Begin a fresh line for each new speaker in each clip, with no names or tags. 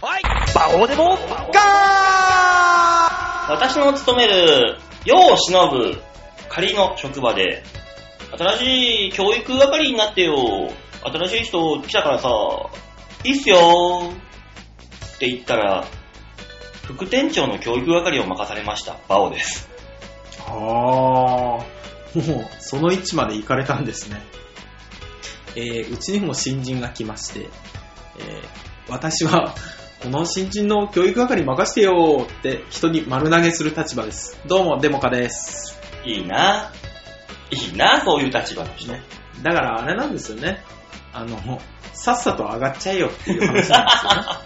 こうでもガー
私の勤める、世を忍ぶ仮の職場で、新しい教育係になってよ。新しい人来たからさ、いいっすよって言ったら、副店長の教育係を任されました。バオです。
あー、もう、その位置まで行かれたんですね。えー、うちにも新人が来まして、えー、私は、この新人の教育係任してよーって人に丸投げする立場です。どうも、デモカです。
いいな。いいな、そういう立場の人。
ね。だからあれなんですよね。あの、さっさと上がっちゃえよっていう話な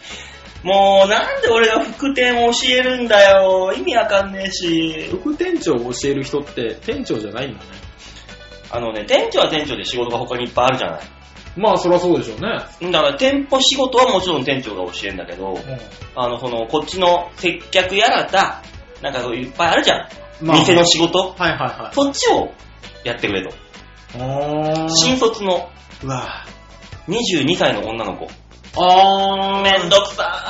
ん
もう、なんで俺が副店を教えるんだよ。意味わかんねえ
です
し
よ。 ね。副店長を教える人って店長じゃないんだね。
あのね、店長は店長で仕事が他にいっぱいあるじゃない。
まあ、そりゃそうでしょうね。
だから店舗仕事はもちろん店長が教えんだけど、あの、その、こっちの接客やらだ、なんかそういういっぱいあるじゃん。
まあ
店の仕事。
はいはいはい。
そっちをやってくれと。
あー
新卒の
うわ
22歳の女の子。
あ
めんどくさ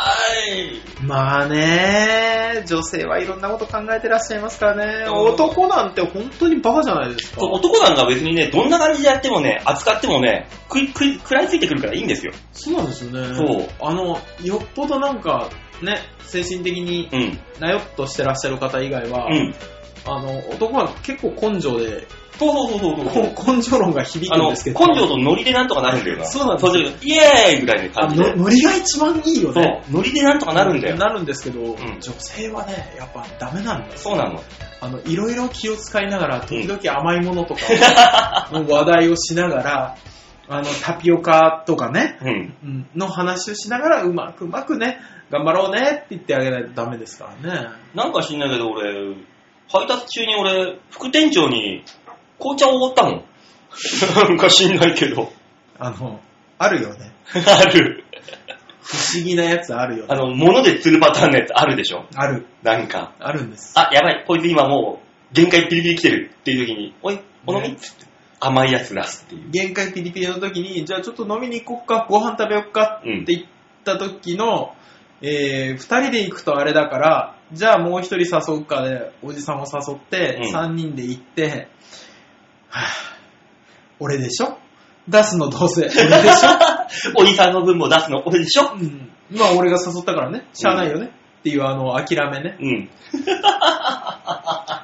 ーい。
まあね、女性はいろんなこと考えてらっしゃいますからね。
うん
男なんて本当にバカじゃないですか。
男なんか別にね、どんな感じでやってもね、扱ってもね、食い、食い、食らいついてくるからいいんですよ。
そうなんですよね。
そう。
あの、よっぽどなんか、ね、精神的に
うん。
なよっとしてらっしゃる方以外は、
うん。
あの、男は結構根性で、
そうそうそうそうそう。
こ 根性論が響
あ
くん
の、
で
根
すけ
性
ど。
とノリでなんとかなるんだよな。
そうなんです
そう
よ
するとイエーイぐらいの
あ
感じ
の
で。
ノリが一番いいよ
そ
ね。
う。ノリでなんとかなるんだよ。
なるんですけど、
ん
女性はね、やっぱダメなんだよ
そうなの。
あの、いろいろ気を使いながら、時々甘いものとか の話題をしながら、あの、タピオカとかね、
うん。
うんの話をしながら、うまくうまくね、頑張ろうねって言ってあげないとダメですからね。
なんか知んないけど俺、配達中に俺、副店長に紅茶をおごったもん。 なんか知んないけど。
あの、あるよね。
ある。
不思議なやつあるよ
あ
ね。
の、物で釣るパターンのやつあるでしょ。
ある、
なんか。
あるんです。
あ、やばい、こいつ今もう、限界ピリピリ来てるっていう時に、おい、お飲みっつって、甘いやつ出すっていう。
限界ピリピリの時に、じゃあちょっと飲みに行こっか、ご飯食べよっか
うん
って言った時の、えー、二人で行くとあれだから、じゃあもう一人誘うかで、おじさんを誘って
うん、
三人で行って、はぁ、俺でしょ出すのどうせ、俺でし ょ、
おじさんの分も出すの俺でしょ
うん、まあ俺が誘ったからね、しゃあないよね、っていうあの、諦めね。
うん。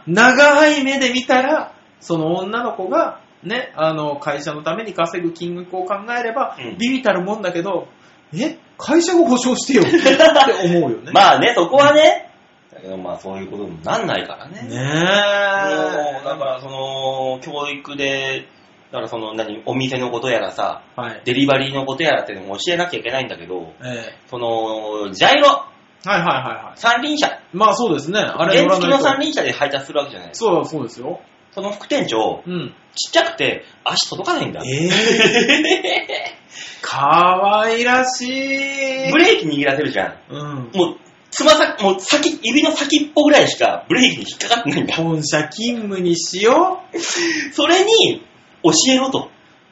長い目で見たら、その女の子が、ね、あの、会社のために稼ぐ金額を考えれば、
うん
ビビたるもんだけど、え会社が保証してよって思うよね。
まあね、そこはね、だけどまあそういうことになんないからね。
ねえ。
もうだからその、教育で、だからその何、お店のことやらさ、
はい。
デリバリーのことやらっていうのも教えなきゃいけないんだけど、
え
その、ジャイロ、
えはいはいはいは
三輪車、
い。まあそうですね。あれ
原付
乗らな
の
いと
三輪車で配達するわけじゃない。
そうだそうですよ。
その副店長、
うん。
ちっちゃくて足届かないんだ。
え えかわいらしい。
ブレーキ握らせるじゃん。
うん。
もう、つま先、もう先、指の先っぽぐらいしかブレーキに引っかかってないんだ。
本社勤務にしよう。
それに、教えろと、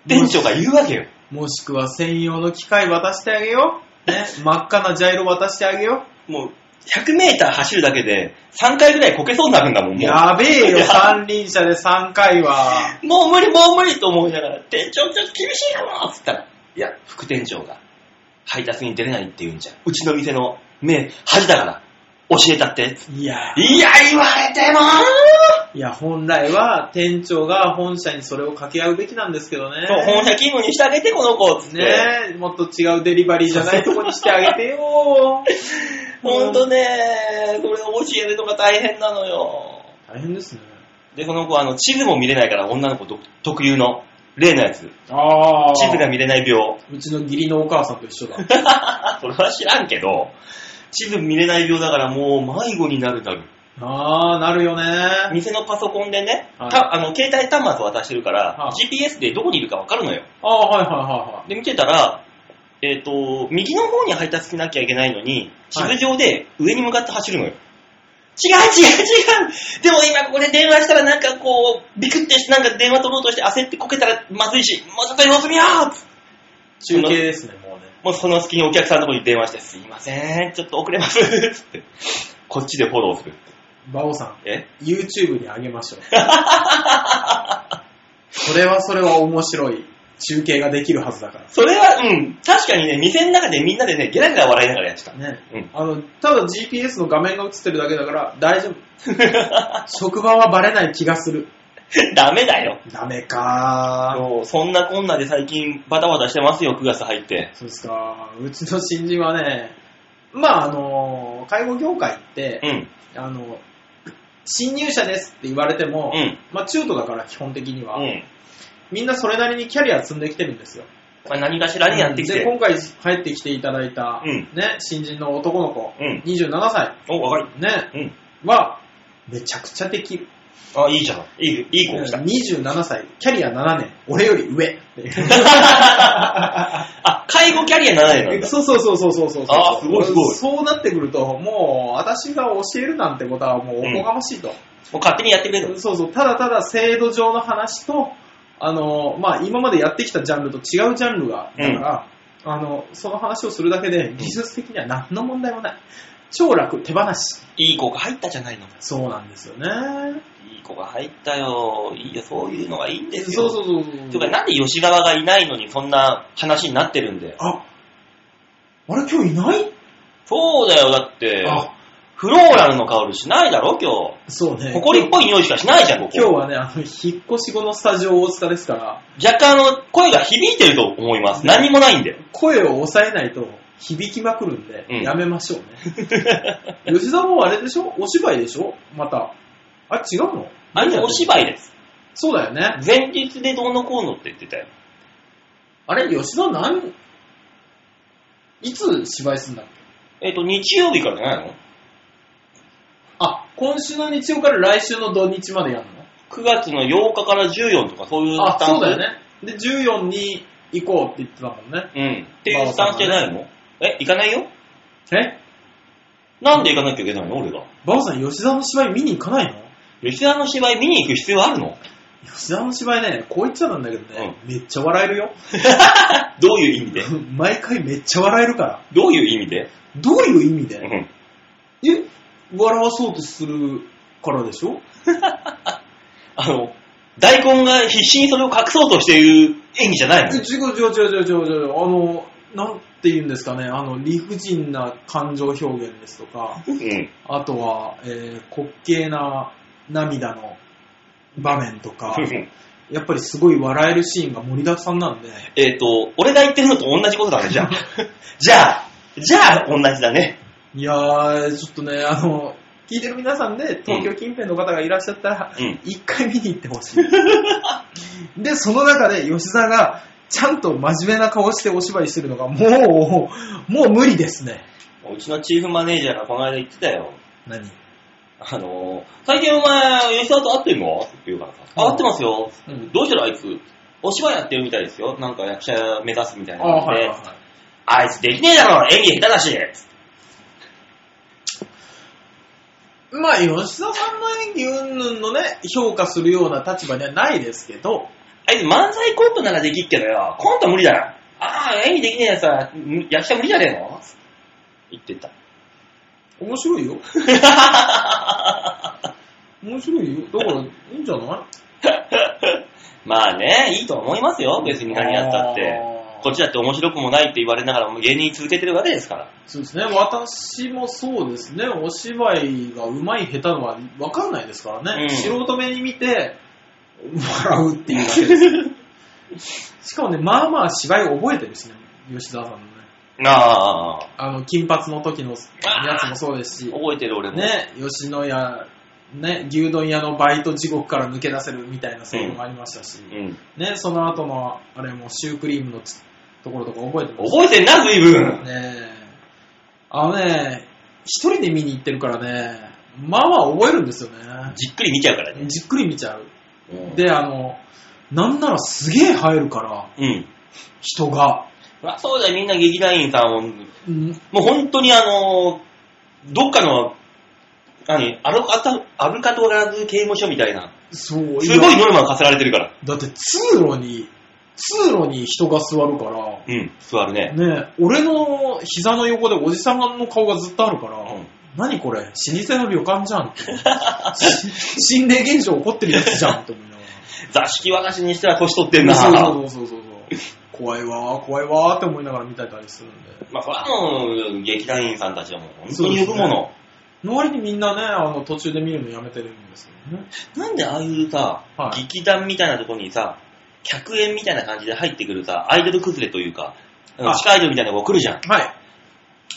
店長が言うわけよ。
もしくは専用の機械渡してあげよ う。ね、真っ赤なジャイロ渡してあげよ
もう、100メーター走るだけで、3回ぐらいこけそうになるんだもん、
う。
もう。
やべえ
い
よ、
や
三輪車で3回は。
もう無理、もう無理と思いながら、店長ちょっと厳しいかもっつったら、いや、副店長が配達に出れないって言うんじゃん。うちの店の目、恥だから、教えたって。
いや、
いや、言われても
いや、本来は店長が本社にそれを掛け合うべきなんですけどね。
そう、本社勤務にしてあげて、この子っつって。
ねえ、もっと違うデリバリーじゃないとこにしてあげて よ。
ほんとね、それを教えるのが大変なのよ。
大変ですね。
で、この子、あの、地図も見れないから、女の子独特有の、例のやつ。
ああ。
地図が見れない病。
うちの義理のお母さん と一緒だ。
あ、それは知らんけど、地図見れない病だからもう迷子になるなる。
ああ、なるよね。
店のパソコンでね、
はい
たあの携帯端末渡してるから、
は
GPS でどこにいるか分かるのよ。
ああ、はいはいは
で、見てたら、えっ、と、右の方に配達しなきゃいけないのに、地図上で上に向かって走るのよ。違う違う違うでも今ここで電話したらなんかこう、ビクってしてなんか電話取ろうとして焦ってこけたらまずいし、もうちょっと様子見よう
い。中継ですね、もうね。
もうその隙にお客さんのとこに電話して、すいません、ちょっと遅れます、つって。こっちでフォローする。
バオさ
え
ん、YouTube に上げましょう。それはそれは面白い中継ができるはずだか
それは、うん、確かにね、店の中でみんなでね、ゲラゲラ笑いながらやってた
ら。。ね。
うん。
あの、ただ GPS の画面が映ってるだけだから大 丈夫。職場はバレない気がする。
ダメだよ。
ダメか
そうそんなこんなで最近バタバタしてますよ、9月入って。
ー。そうですか。うちの新人はね、まああの、介護業界って
う、ん、
あの、新入社ですって言われても、
うん、
まあ中途だから基本的には、
うん。
みんなそれなりにキャリア積んできてるんですよ。
まあ何かしらにやってき
で、
て。
今回入ってきていただいた、
うん
ね、新人の男の子、
うん。
27歳、
お、若い。
ね、
うん。
は、めちゃくちゃできる。
あ、いいじゃん。いい、いい子した。
27歳、キャリア7年、俺より上っていう。
あ、介護キャリア7年なんだ。
そうそうそうそうそうそう。
あーすごいすごい
そうなってくると、もう、私が教えるなんてことはもうおこがましいと。
もう勝手にやってくれる。
そうそう、ただただ制度上の話と、あの、まあ、今までやってきたジャンルと違うジャンルが、だから、あの、その話をするだけで、技術的には何の問題もない。超楽、手放し。
いい子が入ったじゃないの。
そうなんですよね。
いい子が入ったよ。いいよ、そういうのがいいんです
そ
よ。
うそうそうそう。
てか、なんで吉川がいないのにそんな話になってるんだよ。
あ、あれ今日いない、
そうだよ、だって。
あ、
フローラルの香りしないだろ、今
そうね。
日。埃っぽい匂いしかしないじゃん、こ
今日
こ。
はね、あの、引っ越し後のスタジオ大塚ですから、
若干、あの、声が響いてると思います。何もないんで。
声を抑えないと響きまくるんで、
うん
やめましょう ね。吉田もあれでしょお芝居でしょまた。あ、違うの
あれ、お芝居です。
そうだよね。
前日でどうのこうのって言ってたよ。
あれ、吉田何、いつ芝居すんだっけ
えっ、と、日曜日からじゃないの
あ、今週の日曜から来週の土日までやるの
?9 月の8日から14とかそういうス
あ、
タンス。
そうだよ。ね。で、14に行こうって言ってたもんね。
うん。っていうスタンスじゃないの、え、行かないよ
え
なんで行かなきゃいけないの俺が。
バオさん、吉田の芝居見に行かないの
吉田の芝居見に行く必要あるの
吉田の芝居ね、こう言っちゃなんだけどね、めっちゃ笑えるよ。
どういう意味で
毎回めっちゃ笑えるから。
どういう意味で
どういう意味
う
で、
ん。
え、笑わそうとするからでしょ
あの、大根が必死にそれを隠そうとしている演技じゃない
え
の
違う違う違う違う違う違う、あの、なんて言うんですかね、あの、理不尽な感情表現ですとか、
うん。
あとは、えー、滑稽な涙の場面と か、やっぱりすごい笑えるシーンが盛りだくさんなんで、
えっと、俺が言ってるのと同じことだね、じ ゃあ。じゃあ、じゃあ、同じだね。
いやー、ちょっとね、あの、聞いてる皆さんで、東京近辺の方がいらっしゃったら、
うん
一回見に行ってほしい。 で、その中で吉沢が、ちゃんと真面目な顔してお芝居してるのが、もう、もう無理ですね。
うちのチーフマネージャーがこの間言ってたよ。
何
あのー、最近お前、吉田と会ってるのって言うからさ、あ会ってますよ。
うん
どうしたらあいつ、お芝居やってるみたいですよ。なんか役者目指すみたいな
あ
感
は
じ
い
で。
はい
あ
はい
つできねえだろ演技下手だし
い。まあ、吉沢さんの演技云々のね、評価するような立場にはないですけど、
あいつ漫才コントならできっけどよ。コント無理だよ。ああ、演技できねえやつは、む役者無理じゃねえの言ってた。
面白いよ。面白いよ。だから、いいんじゃない
まあね、いいと思いますよ。別に何やったって。
あー
こっちだって面白くもないって言われながらも芸人続けてるわけですから。
そうですね、私もそうですね、お芝居が上手い下手のは分かんないですからね、
うん
素人目に見て、笑うっていうだけ です。しかもね、まあまあ芝居覚えてるしね、吉沢さんのね、
ああ、
あの、金髪の時のやつもそうですし、
覚えてる俺も。
ね、吉野家、ね、牛丼屋のバイト地獄から抜け出せるみたいな制度もありましたし、
うん。
ね、その後の、あれもシュークリームのつところとか覚えてます
覚えてんな、随分。
ねえ。あのね、一人で見に行ってるからね、まあまあ覚えるんですよね。
じっくり見ちゃうからね。
じっくり見ちゃう。
うん
で、あの、なんならすげえ入るから、
うん。
人が。
まあ、そうだよ、みんな劇団員さんを、も
うん
う本当にあのー、どっかの、何、アルカトアルカトラズ刑務所みたいな、
そう、
すごい
や
ノルマが課せられてるから。
だって通路に、通路に人が座るから、
うん、座るね。
ね、俺の膝の横でおじさんの顔がずっとあるから、
うん
何これ老舗の旅館じゃんって。 し心霊現象起こってるやつじゃんって思いながら。
座敷和菓子にしては年取ってんな。
そうそうそうそうそう。怖いわー、怖いわーって思いながら見てたりするんで。
まあ、これはもう、劇団員さんたちはもう、本当に呼ぶもの。
の割にみんなね、あの、途中で見るのやめてるんですけどね。
なんでああいうさ、
はい
劇団みたいなとこにさ、客演みたいな感じで入ってくるさ、アイドル崩れというか、あの
あ
地下アイドルみたいなのが来るじゃん。
は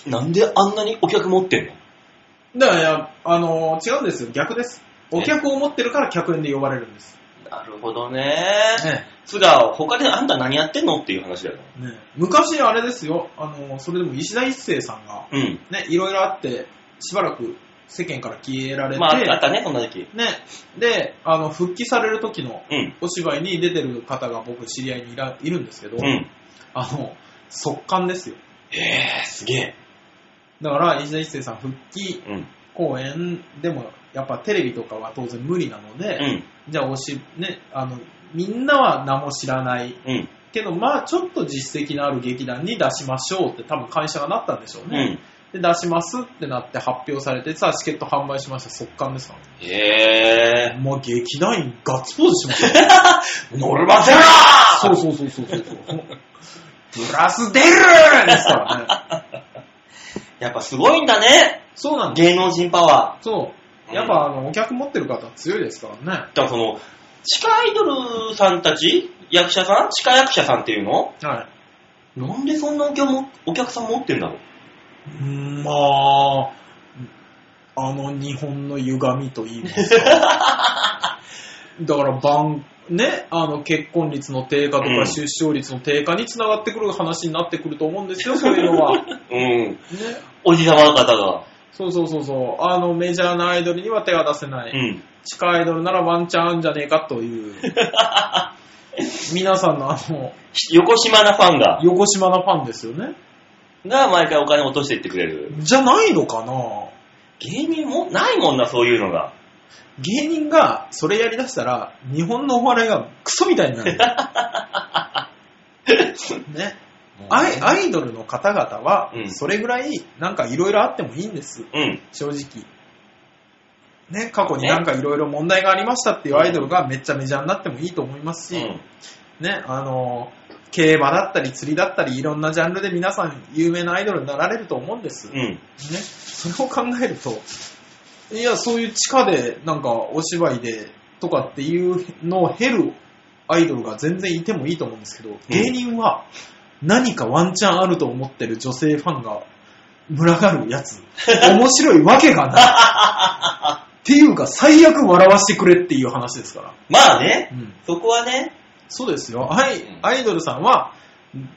い。
なんであんなにお客持ってんの
だからいや、あのー違うんですよ。逆です。お客を持ってるから客円で呼ばれるんです。
なるほどね。
ね
つが、他であんた何やってんのっていう話だよね。
ね昔あれですよ。あのーそれでも石田一生さんが、
うん。
ね、いろいろあって、しばらく世間から消えられて、
まあ、あったね、こんな時期。
ね、で、あの、復帰される時の
うん。
お芝居に出てる方が僕知り合いにいらいるんですけど、
うん。
あの、速乾ですよ。
へえ、すげえ。
だから、石田一生さん復帰
うん。
公演でも、やっぱテレビとかは当然無理なので、
うん。
じゃあおし、ね、あの、みんなは名も知らない
うん。
けど、まあちょっと実績のある劇団に出しましょうって多分会社がなったんでしょう
う
ね。
ん。
で、出しますってなって発表されて、さあチケット販売しました。速乾ですか
へ
ら。
え。
もう劇団員ガッツポーズしましたよ。
乗れません
そうそうそうそうそうそう。 プラス出るですからね。
やっぱすごいんだね。
そうなんです。
芸能人パワ
そう。やっぱあの、お客持ってる方は強いですからね。
ー。だからその、地下アイドルさんたち役者さん地下役者さんっていうの
はい。
なんでそんなお客もお客さん持ってんだろう
うんまあ、あの日本の歪みと言い ますか。だから、晩、ね、あの、結婚率の低下と
うん
か出生率の低下につながってくる話になってくると思うんですよ、そういうの は。ね、
うん。おじさまの方が。
そうそうそうそう。あの、メジャーなアイドルには手が出せない。
うん。
地下アイドルならワンチャンあんじゃねえかと いう。皆さんのあの、
横島なファンが、
横島なファンですよね。
が毎回お金を落としていってくれる。
じゃないのかな
芸人もないもんな、そういうのが。
芸人がそれやりだしたら、日本のお笑いがクソみたいに なる。ね。アイアイドルの方々は
う、ん
それぐらい、なんかいろいろあってもいいんです。
うん。
正直。ね、過去になんかいろいろ問題がありましたっていうアイドルがめっちゃメジャーになってもいいと思います
う
し、
ん。
ね、あの、競馬だったり釣りだったりいろんなジャンルで皆さん有名なアイドルになられると思うんです。ね、
うん。
それを考えると、いや、そういう地下でなんかお芝居でとかっていうのを経るアイドルが全然いてもいいと思うんですけど、芸人は何かワンチャンあると思ってる女性ファンが群がるや つ、面白いわけがない。っていうか、最悪笑わせてくれっていう話ですから。
まあね、
うん
そこはね、
そうですよ。ア
う
イ
ん
アイドルさんは、ん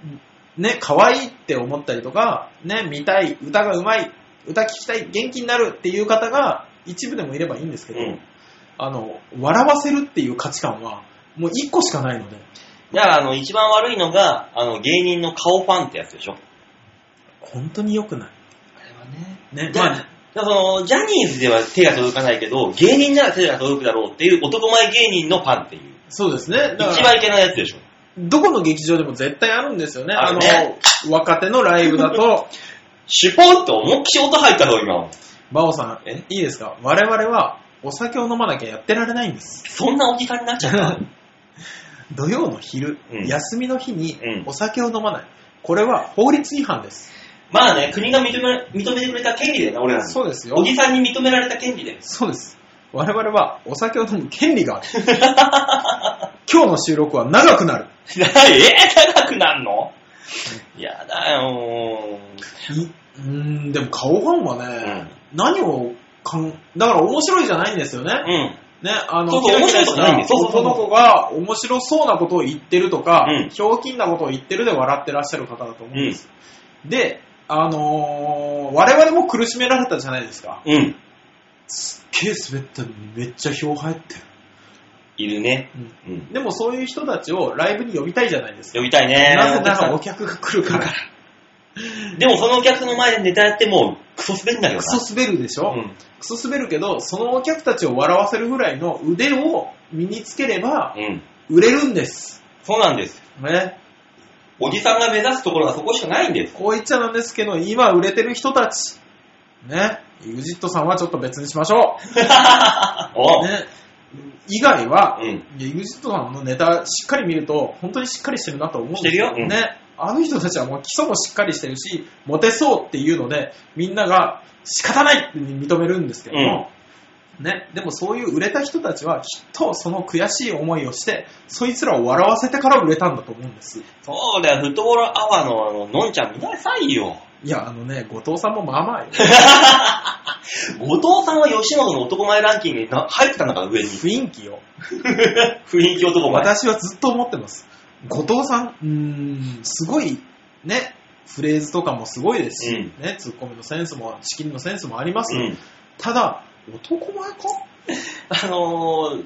ね、可愛いって思ったりとか、ね、見たい、歌が上手い、歌聞きたい、元気になるっていう方が一部でもいればいいんです
う
けど、
ん。
あの、笑わせるっていう価値観は、もう一個しかないので、
だから、あの、一番悪いのが、あの、芸人の顔ファンってやつでしょ。
本当に良くない。
あれはね。
ね、
じ
ま
ゃ
あ、
だからその、ジャニーズでは手が届かないけど、芸人なら手が届くだろうっていう男前芸人のファンっていう。
そうですね。だ
一
から、
番いけないやつでしょ。
どこの劇場でも絶対あるんですよね。
あ
あ
るね
の、若手のライブだ と、
シュポンって思いっきり音入ったぞ、今。
バオさん、
え
いいですか我々はお酒を飲まなきゃやってられないんです。
そんなおじさんになっちゃった。
土曜の昼、
うん
休みの日に
うん
お酒を飲まない。これは法律違反です。
まあね、国が認め認めてくれた権利だよな、俺らの。
そうですよ
お。じさんに認められた権利だよ。
そうです。我々はお酒を飲む権利がある。 今日の収録は長くなる。
えー、高くなんのやだよ
いうーん、でも顔ファン
ー。
は
う
ね、
ん。
何をかん、だから面白いじゃないんですよね。
うん。
ね、あの、
そうそう
キラキ
面白
ラした
いとかないんですそうそうそう
男の子が面白そうなことを言ってるとか、
うん
ひょうきんなことを言ってるで笑ってらっしゃる方だと思うんです。で、あのー我々も苦しめられたじゃないですか。
うん。
すっげえ滑ったのにめっちゃ票入ってる。
いるね。
うん
うん。
でもそういう人たちをライブに呼びたいじゃないですか。
呼びたいね。
なぜならお客が来るから。
でもそのお客の前でネタやっても、クソ滑んだよな。
クソ滑るでしょ、
うん。
クソ滑るけど、そのお客たちを笑わせるぐらいの腕を身につければ
うん。
売れるんです。
そうなんです。
ね。
おじさんが目指すところはそこしかないんです。
こう言っちゃなんですけど、今売れてる人たち。ね。EXIT さんはちょっと別にしましょ
お
う。ね。以外は、
うん。
EXIT さんのネタしっかり見ると、本当にしっかりしてるなと思うんです
してるようん
ね。あの人たちはもう基礎もしっかりしてるし、モテそうっていうので、みんなが仕方ないって認めるんですけども、ね。でもそういう売れた人たちはきっとその悔しい思いをして、そいつらを笑わせてから売れたんだと思うんです。
そうだよ、フットボールアワーのあの、のんちゃん見なさいよ。
いや、あのね、後藤さんもま あまあよ。
後藤さんは吉本の男前ランキングにな入ってたんだから、上に。
雰囲気よ。
雰囲気男前。
私はずっと思ってます。後藤さん、うーん、すごい、ね、フレーズとかもすごいですし、
う
ね、ツッコミのセンスも、仕切りのセンスもあります。
うん。
ただ、男前か
あのー、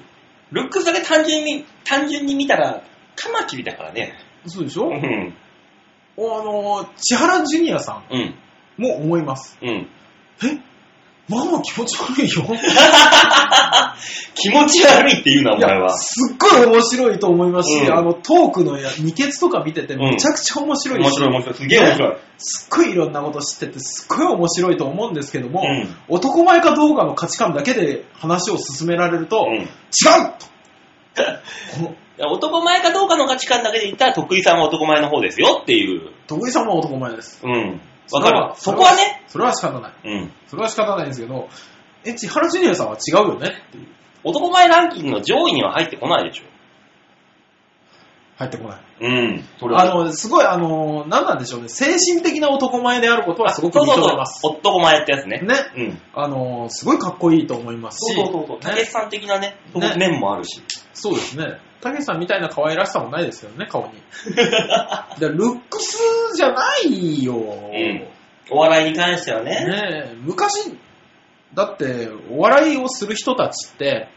ルックスだけ単純に、単純に見たら、カマキリだからね。
そうでし
う
ょ、
ん。
あの、千原ジュニアさ
うん。
んも思います。
うん。
えママ気持ち悪 いよ。
気持ち悪いって言うな、お
い
前
や、
は。
すっごい面白いと思いますし、
うん
あの、トークのや、二ケツとか見ててめちゃくちゃ面白い
面
し、
白い、面白い。すげえ面白い。
すっごいいろんなこと知ってて、すっごい面白いと思うんですけども、
うん
男前かどうかの価値観だけで話を進められると、違
う。
うんとこ
いや男前かどうかの価値観だけで言ったら、徳井さんは男前の方ですよっていう。
の、徳井さんは男前です。
うん。わかる。
そ
そ
れ
こはね。。
それは仕方ない。
うん。
それは仕方ないんですけど、え、千原ジュニアさんは違うよねっていう。
男前ランキングの上位には入ってこないでしょ。
入ってこない。
うん。そ
あの、すごい、あの、何なんでしょうね。精神的な男前であることはすごく認めます。
そうそうそう。男前ってやつね。
ね。
うん。
あの、すごいかっこいいと思いますし、
そうそう。たけしさん的なね、
ね
そう面もあるし。
そうですね。たけしさんみたいな可愛らしさもないですよね、 顔に。でルックスじゃないよ。ね
お笑いに関してはね。
え昔、だって、お笑いをする人たちって、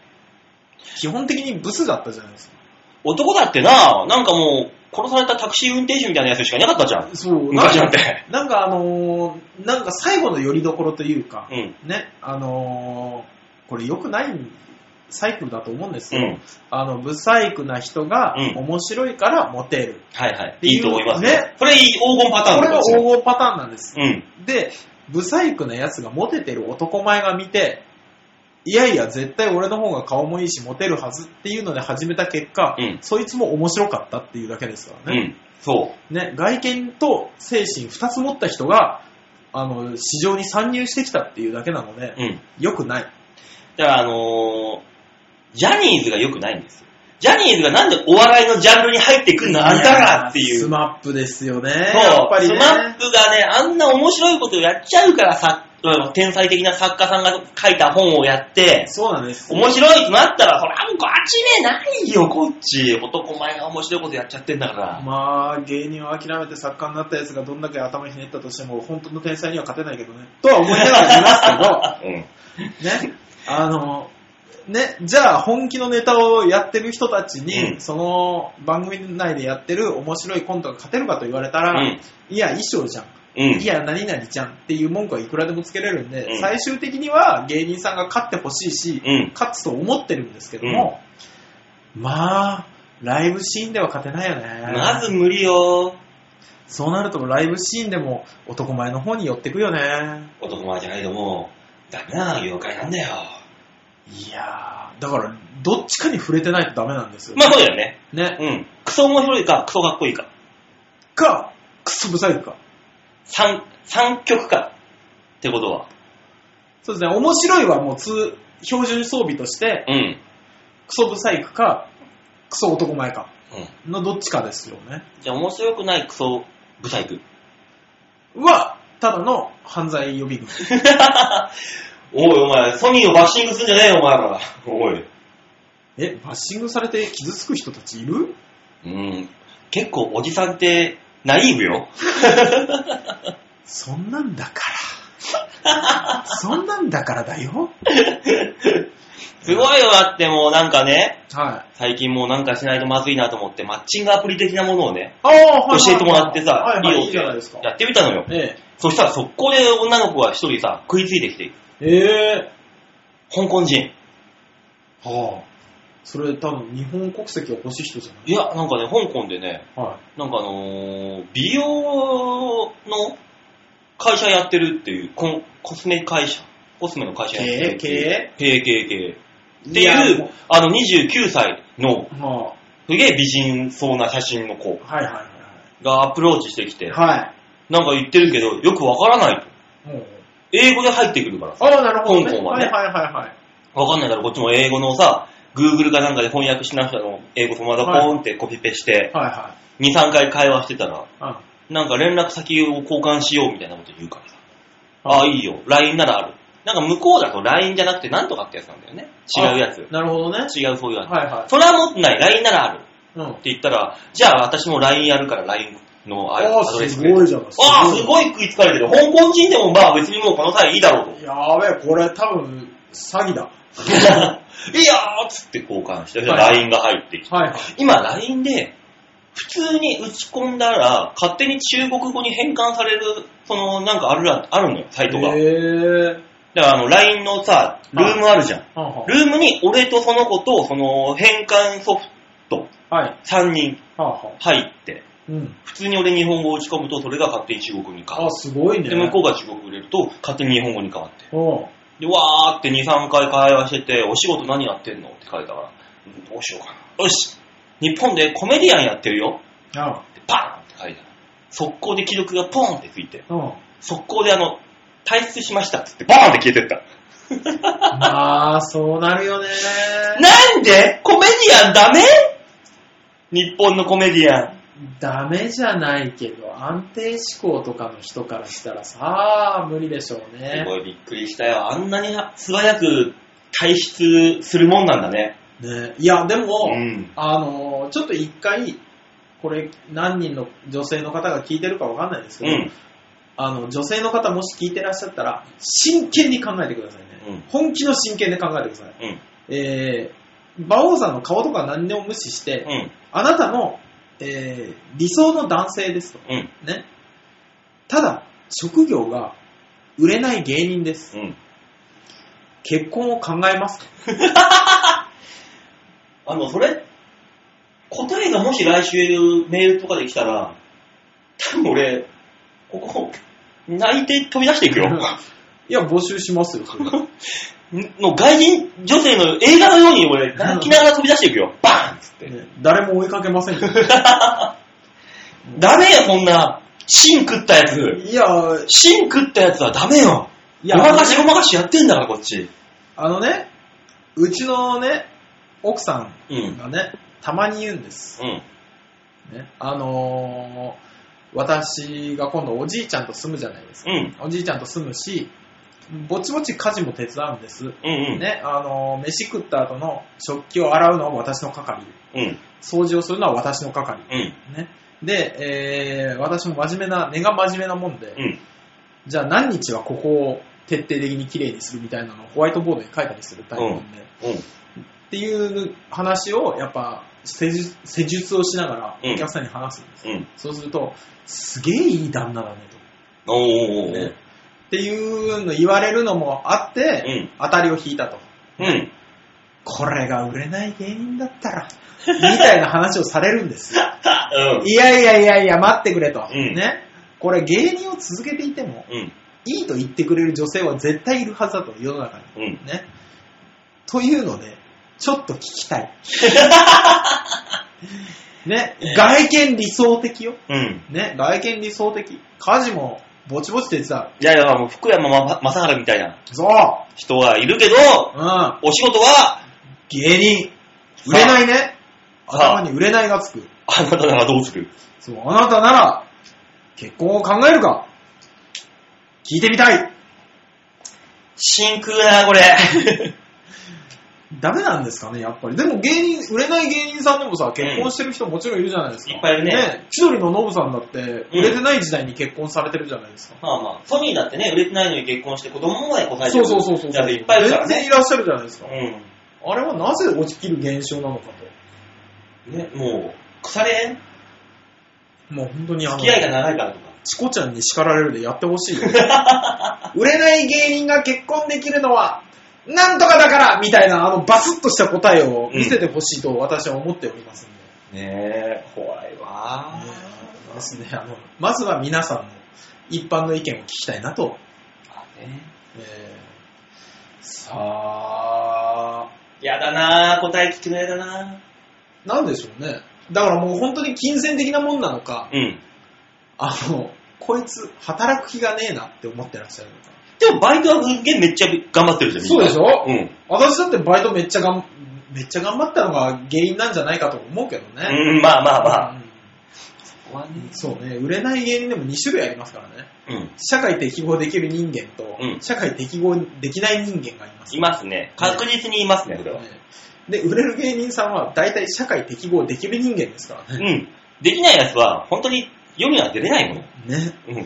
基本的にブスだったじゃないですか。
男だってな、なんかもう、殺されたタクシー運転手みたいなやつしかいなかったじゃん。
そう
昔なんて。
なんかあのーなんか最後の拠り所というか、
うん。
ね、あのーこれ良くないサイクルだと思うんです
う
けど、
ん。
あの、ブサイクな人が
うん
面白いからモテる。
はいはい。いいと思います。
ね
ね。これいい黄金パターン
これ
だ
が
よ
黄金パターンなんです。
うん。
で、ブサイクなやつがモテてる男前が見て、いやいや、絶対俺の方が顔もいいし、モテるはずっていうので始めた結果、
うん
そいつも面白かったっていうだけですから
う
ね。
ん。そう。
ね、外見と精神二つ持った人が、あの、市場に参入してきたっていうだけなので、
うん。
良くない。
だからあのー、ジャニーズが良くないんですよ。ジャニーズがなんでお笑いのジャンルに入ってくんのあんたらっていう。
スマップですよね。
そう
やっぱりね。
スマップがね、あんな面白いことをやっちゃうからさ、天才的な作家さんが書いた本をやって、
そうなんです。
面白いとなったら、そらもうこっちねないよ、こっち。男前が面白いことやっちゃってんだから。
まあ、芸人を諦めて作家になったやつがどんだけ頭ひねったとしても、本当の天才には勝てないけどね。とは思いながら
うん。
言いますけど、ね。あの、ね、じゃあ本気のネタをやってる人たちに、
うん
その番組内でやってる面白いコントが勝てるかと言われたら、
うん
いや、衣装じゃん。
うん
い。や、何々じゃんっていう文句はいくらでもつけれるんで、
うん
最終的には芸人さんが勝ってほしいし、
うん。
勝つと思ってるんですけども、まあ、ライブシーンでは勝てないよね。
まず無理よ。
そうなるとライブシーンでも男前の方に寄ってくよね。
男前じゃないともう、ダメな業界なんだよ。
いやー、だから、どっちかに触れてないとダメなんですよ。
まあそうだよね。
ね。
うん。クソ面白いか、クソかっこいいか。
か、クソブサイクか。
三、三曲か。ってことは。
そうですね、面白いはもう通、標準装備として、
うん。
クソブサイクか、クソ男前か。
うん。
のどっちかですよね。
じゃあ面白くないクソ、ブサイク。
は、ただの犯罪予備 軍。
おいお前、ソニーをバッシングすんじゃねえよ、お前ら。おい。
え、バッシングされて傷つく人たちいる
うん。結構おじさんって、ナイーブよ。
そんなんだから。 そんなんだからだよ。
すごいよ、だってもうなんかね、
はい。
最近もうなんかしないとまずいなと思って、マッチングアプリ的なものをね、
ああ、はいはいはい。
教えてもらって
は
さ、
いはい、い
よ
いじゃないですか。
やってみたのよ。
え
そしたら速攻で女の子が一人さ、食いついてきて、
え。ええ。
香港人。
はそれ多分日本国籍が欲しい人じゃない
いや、なんかね、香港でね、
は
なんかあのー美容の会社やってるっていう、コンコスメ会社、コスメの会社やってるっていう。経営経営経営
営
っていう、あの、29歳の、
は
すげえ美人そうな写真の子
あ、はいはいは
がアプローチしてきて
い。、は
なんか言ってるけど、よくわからないと。
い。もう
英語で入ってくるからさ。
ああ、なるほど、ね。
香港はね
はいはいはいはい。
わかんないからこっちも英語のさ、Google かなんかで翻訳しなくても、英語そのままポーンってコピペして、
はいはい。
2、3回会話してたら、
あ
なんか連絡先を交換しようみたいなこと言うからさ。ああ、いいよ。LINE ならある。なんか向こうだと LINE じゃなくてなんとかってやつなんだよね。違うやつ。
なるほどね。
違うそういうやつ。
はいは
それは持ってない。LINE ならある。っ
い。うん。
て言ったら、じゃあ私も LINE やるから LINE のア
ああ、
ドレス
す
くれ
ごいじゃない
ああ、すごい食いつかれてる。香港人でもまあ別にもうこの際いいだろうと。
い。やべえ、これ多分、詐欺だ。
いやーっつって交換して、
はい
LINE が入ってきて。
はいはい。
今 LINE で、普通に打ち込んだら、勝手に中国語に変換される、その、なんかあるら、あるのよ、サイトが。
へえ。
だからあの、LINE のさ、ルームあるじゃん。
はんはん
ルームに俺とその子と、その、変換ソフト、
はい。
3人
はあはあ。
入って、
うん。
普通に俺日本語を打ち込むと、それが勝手に中国語に変わ
ああ、
る。
すごいね。
で、向こうが中国語入れると、勝手に日本語に変わって。
うん。
で、わーって2、3回会話してて、お仕事何やってんのって書いたから、うんどうしようかな。よし日本でコメディアンやってるよ
あ
ってパーンって書いたら、速攻で記録がポーンってついて、
あ。うん。
速攻であの、退出しましたって言って、バーンって消えてった。
まあ、そうなるよね。
なんでコメディアンダメ日本のコメディアン。
ダメじゃないけど、安定志向とかの人からしたらさあ、無理でしょう
す
ね。
ごいびっくりしたよ。あんなに素早く退出するもんなんだね。
ねいや、でも、
うん。
あのーちょっと一回、これ何人の女性の方が聞いてるかわかんないですけ
う
ど、
ん。
あの、女性の方もし聞いてらっしゃったら、真剣に考えてくださいね。
うん
本気の真剣で考えてください。
うん。
えー、馬王さんの顔とか何でも無視して、
うん。
あなたの、えー理想の男性ですと。
うん。
ね。ただ、職業が売れない芸人です。
うん。
結婚を考えますか
あの、それ、答えがもし来週メールとかで来たら、多分俺、ここ、泣いて飛び出していくよ。
いや、募集しますよ、それ
の外人女性の映画のように俺、泣きながら飛び出していくよ。バーンっつって。
ね誰も追いかけませんよ。
ダメよ、そんな。芯食ったやつ。
いや、
芯食ったやつはダメよ。
い
ご
や、
まかしごまかしやってんだから、こっち。
あのね、うちのね、奥さ
うんん。
がね、たまに言うんです。
うん。
ね、あのー私が今度おじいちゃんと住むじゃないですか。
うん。
おじいちゃんと住むし、ぼちぼち家事も手伝うんです。
うん。
ね、あのー飯食った後の食器を洗うのは私の係。
うん。
掃除をするのは私の係。
うん。
ね。で、えー私も真面目な、根が真面目なもんで、
うん。
じゃあ何日はここを徹底的に綺麗にするみたいなのをホワイトボードに書いたりするタイプなんで、
うん。
っていう話をやっぱ施術施術をしなが
う
ら
ん
お客さんに話すんです、
うん。
そうするとすげえいい旦那だね
お
と、ね
ー。
っていうの言われるのもあって、
うん。
当たりを引いたと
うん。
これが売れない芸人だったらみたいな話をされるんですよ
うん。
いやいやいやいや待ってくれと、
うん
ねこれ芸人を続けていても
うん。
いいと言ってくれる女性は絶対いるはずだと世の中に
うん。
ね。というので、ちょっと聞きたい。ね、外見理想的よ。
うん。
ね、外見理想的。家事もぼちぼち手伝う。
いやいや、もう福山ま雅治みたいな
そう
人はいるけど、
うん。
お仕事は、
芸人。売れないね。
さあ
頭に売れないがつく。
あなたならどうする
そう、あなたなら、結婚を考えるか聞いてみたい
真空だな、これ。
ダメなんですかね、やっぱり。でも芸人、売れない芸人さんでもさ、結婚してる人もちろんいるじゃないですか。
いっぱいいるね
千鳥のノブさんだって、
うん
売れてない時代に結婚されてるじゃないですか。
まあまあ、ソニーだってね、売れてないのに結婚して子供もまで答えて
そう
る。
そうそうそう。
やついっぱいいるから
全然
ね。
いらっしゃるじゃないですか。
う
あれはなぜ落ちきる現象なのか
ん。ね、もう、腐れ縁
と。もう本当にあの、
付き合いが長いからとか。
チコち ゃんに叱られるでやってほしいよ。売れない芸人が結婚できるのは、なんとかだからみたいな、あの、バスッとした答えを見せてほしいと私は思っておりますんで。
ねえ、怖いわ
ねですね、あの、まずは皆さんの一般の意見を聞きたいなと。えーさあ、
やだなぁ、答え聞くのやだな
なんでしょうね。だからもう本当に金銭的なもんなのか、
うん。
あの、こいつ働く気がねえなって思ってらっしゃるのか。
でもバイトはすっげえめっちゃ頑張ってるじゃん、みんな
ょ
うん。
私だってバイトめっちゃがん、めっちゃ頑張ったのが原因なんじゃないかと思うけどね。
うん、まあまあまあ。そこは
うんそうね、売れない芸人でも2種類ありますからね。
うん。
社会適合できる人間と、
うん
社会適合できない人間がいます。
いますね。確実にいますね、それは。
で、売れる芸人さんは大体社会適合できる人間ですから
う
ね。
ん。できないやつは、本当に世には出れないもの。
ね。
うん。
っ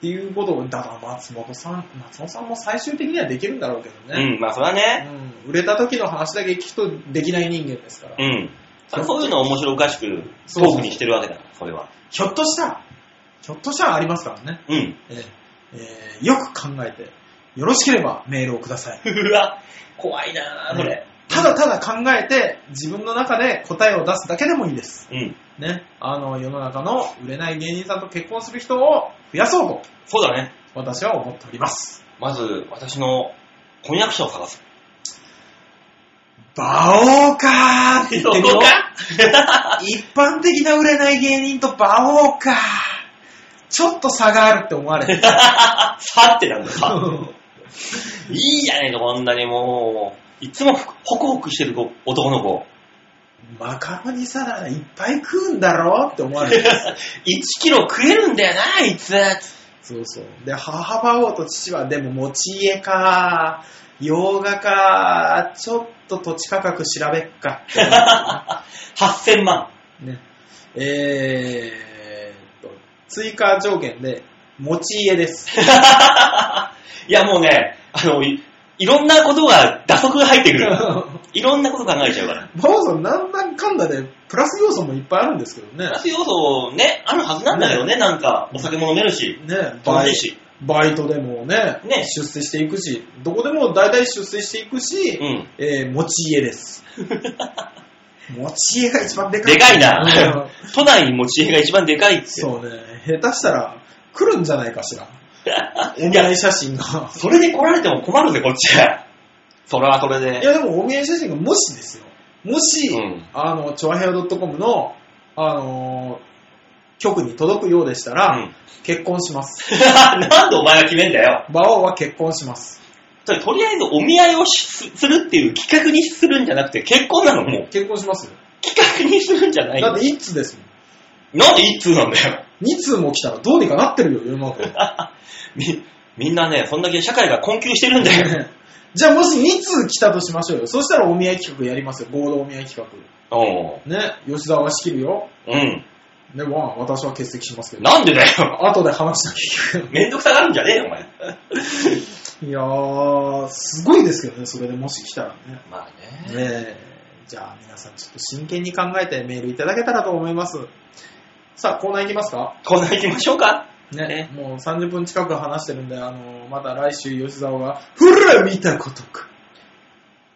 ていうことを、だから松本さん、松本さんも最終的にはできるんだろうけど
う
ね。
ん、まあそれはね。
うん売れた時の話だけ聞くとできない人間ですから。
うん。そういうのを面白おかしくトークにしてるわけだから、それは。
ひょっとしたら、ひょっとしたらありますからね。
うん。
えーえーよく考えて、よろしければメールをください。
うわ、怖いなぁ、それ。
ただただ考えて、自分の中で答えを出すだけでもいいです。
うん。
ね。あの、世の中の売れない芸人さんと結婚する人を増やそうと、
そうだね。
私は思っております。
まず、私の婚約者を探す。
馬王かーって言ってみよう。
か。
一般的な売れない芸人と馬王かー。ちょっと差があるって思われ て
さってなんださ。 いいじゃねえか、こんなにもう。いつもホクホクしてる子男の子。
マカロニサラダいっぱい食うんだろって思われて。
1キロ食えるんだよな、あいつ。
そうそう。で、母馬王と父は、でも持ち家か、洋画か、ちょっと土地価格調べっか。
8000万。
ね。えーっと、追加条件で、持ち家です。
いや、もうね、あの、いいろんなことが打足が入ってくる。いろんなこと考えちゃうから。
馬王さん、なんだかんだで、プラス要素もいっぱいあるんですけどね
プラ。ス要素ね、あるはずなんだけどね、なんか、お酒も飲めるし、
ね、
飲ん
バ
で
イ
るし。
バイトでもね、
ね
出世していくし、どこでも大体出世していくし、
うん。
えー持ち 家です。持ち家が一番でかい。
でかいな
うん
都内に持ち家が一番でかいって。
そうね、下手したら来るんじゃないか しら。お見合い写真が。
それで来られても困るぜ、こっち。それはそれ
い
で。
やでもお見合い写真がもしですよ。もし、
うん
あの、チョアヘア .com の、あのー局に届くようでしたら、
うん
結婚します。
なんでお前が決めんだよ。
馬王は結婚します。
それとりあえずお見合いをしすするっていう企画にするんじゃなくて、結婚なのもう。
結婚しますよ。
企画にするんじゃない
だっ
の
て一通ですもん。
なんで一通なんだよ。
二通も来たらどうにかなってるよ、世の 中。
み、みんなね、そんだけ社会が困窮してるんだよ。
じゃあもし2通来たとしましょうよ。そしたらお見合い企画やりますよ。合同お見合い企
おう
画。ね。吉沢は仕切るよ。
うん。
でもまあ私は欠席しますけど。
なんでだよ。
後で話しなきゃい
めんどくさがるんじゃねえよ、お前。
けない。いやー、すごいですけどね、それでもし来たらね。
まあね。
ねえ。じゃあ皆さんちょっと真剣に考えてメールいただけたらと思います。さあ、コーナーいきますか
こんな行きましょうか。
ね。もう30分近く話してるんで、あのーまた来週吉沢が、ほら見たことか。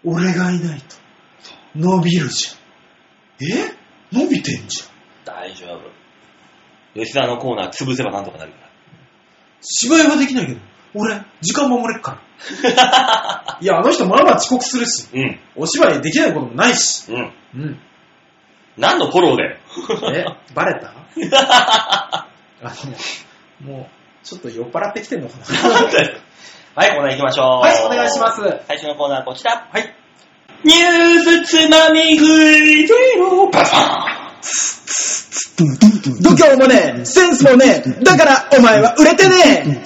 俺がいないと、伸びるじゃん。え伸びてんじゃん。
大丈夫。吉沢のコーナー潰せばなんとかなるから。
芝居はできないけど、俺、時間守れっから。いや、あの人まあまあ遅刻するし、
うん。
お芝居できないこともないし。
うん。
うん。
何のフォローだよ。
え、バレたあの、もう、ちょっと酔っ払ってきてんのかな
はい、コーナー行きましょう。
はい、お願いします。
最初のコーナーはこちら。
はい。
ニュースつまみ食いゼロパパ
度胸もねえ、センスもねえ、だからお前は売れてねえ。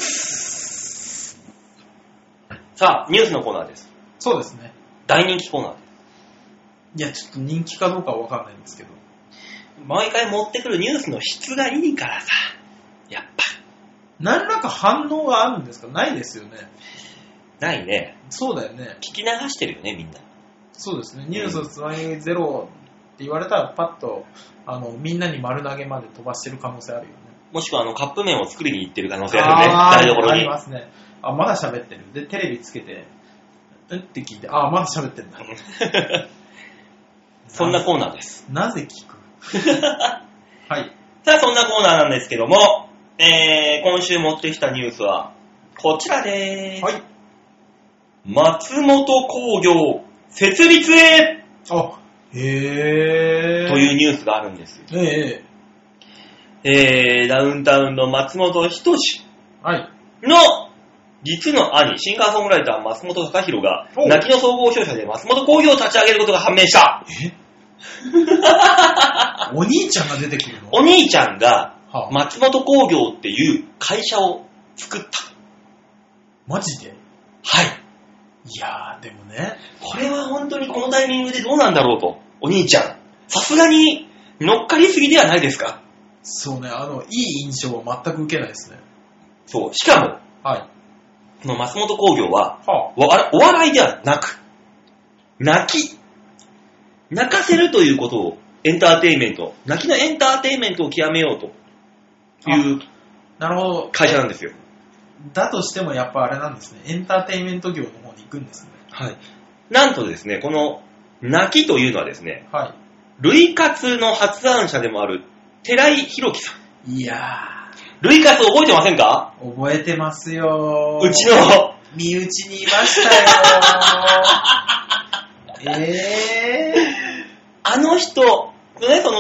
さあ、ニュースのコーナーです。
そうですね。
大人気コーナーです。
いや、ちょっと人気かどうかはわかんないんですけど。
毎回持ってくるニュースの質がいいからさ。やっぱ、
何らか反応があるんですかないですよね。
ないね。
そうだよね。
聞き流してるよね、みんな。
そうですね。ニュースつなぎゼロって言われたら、パッと、あの、みんなに丸投げまで飛ばしてる可能性あるよね。
もしくは、あの、カップ麺を作りに行ってる可能性あるよね。台
ー
所
あ
に
り。ますね。あ、まだ喋ってる。で、テレビつけて、えって聞いて、ああ、まだ喋ってんだ。
そんなコーナーです。
な ぜ聞くはい。
さあ、そんなコーナーなんですけども、えー、今週持ってきたニュースは、こちらでーす。
はい。
松本工業設立へ
あ、へえ。
というニュースがあるんですよ。
ええ。ええ。
えー、ダウンタウンの松本人志
はい。
の実の兄、シンガーソングライター松本隆弘が、
お
泣きの総合商社で松本工業を立ち上げることが判明した。
お兄ちゃんが出てくるの
お兄ちゃんが
はあ
松本工業っていう会社を作った。
マジで
はい。
いやー、でもね。
これは本当にこのタイミングでどうなんだろうと、お兄ちゃん。さすがに乗っかりすぎではないですか
そうね、あの、いい印象は全く受けないですね。
そう。しかも、
はい。
この松本工業は、
は
わあれお笑いではなく、泣き。泣かせるということをエンターテインメント、泣きのエンターテインメントを極めようという
あ。なるほど。
会社なんですよ。
だとしてもやっぱあれなんですね。エンターテインメント業の方に行くんですね。
はい。なんとですね、この泣きというのはですね、
は
類活の発案者でもある寺井宏樹さん。
い。いや
類活覚えてませんか
ー、覚えてますよー。
うちの
身内にいましたよ ー。え
あの人、ね、そ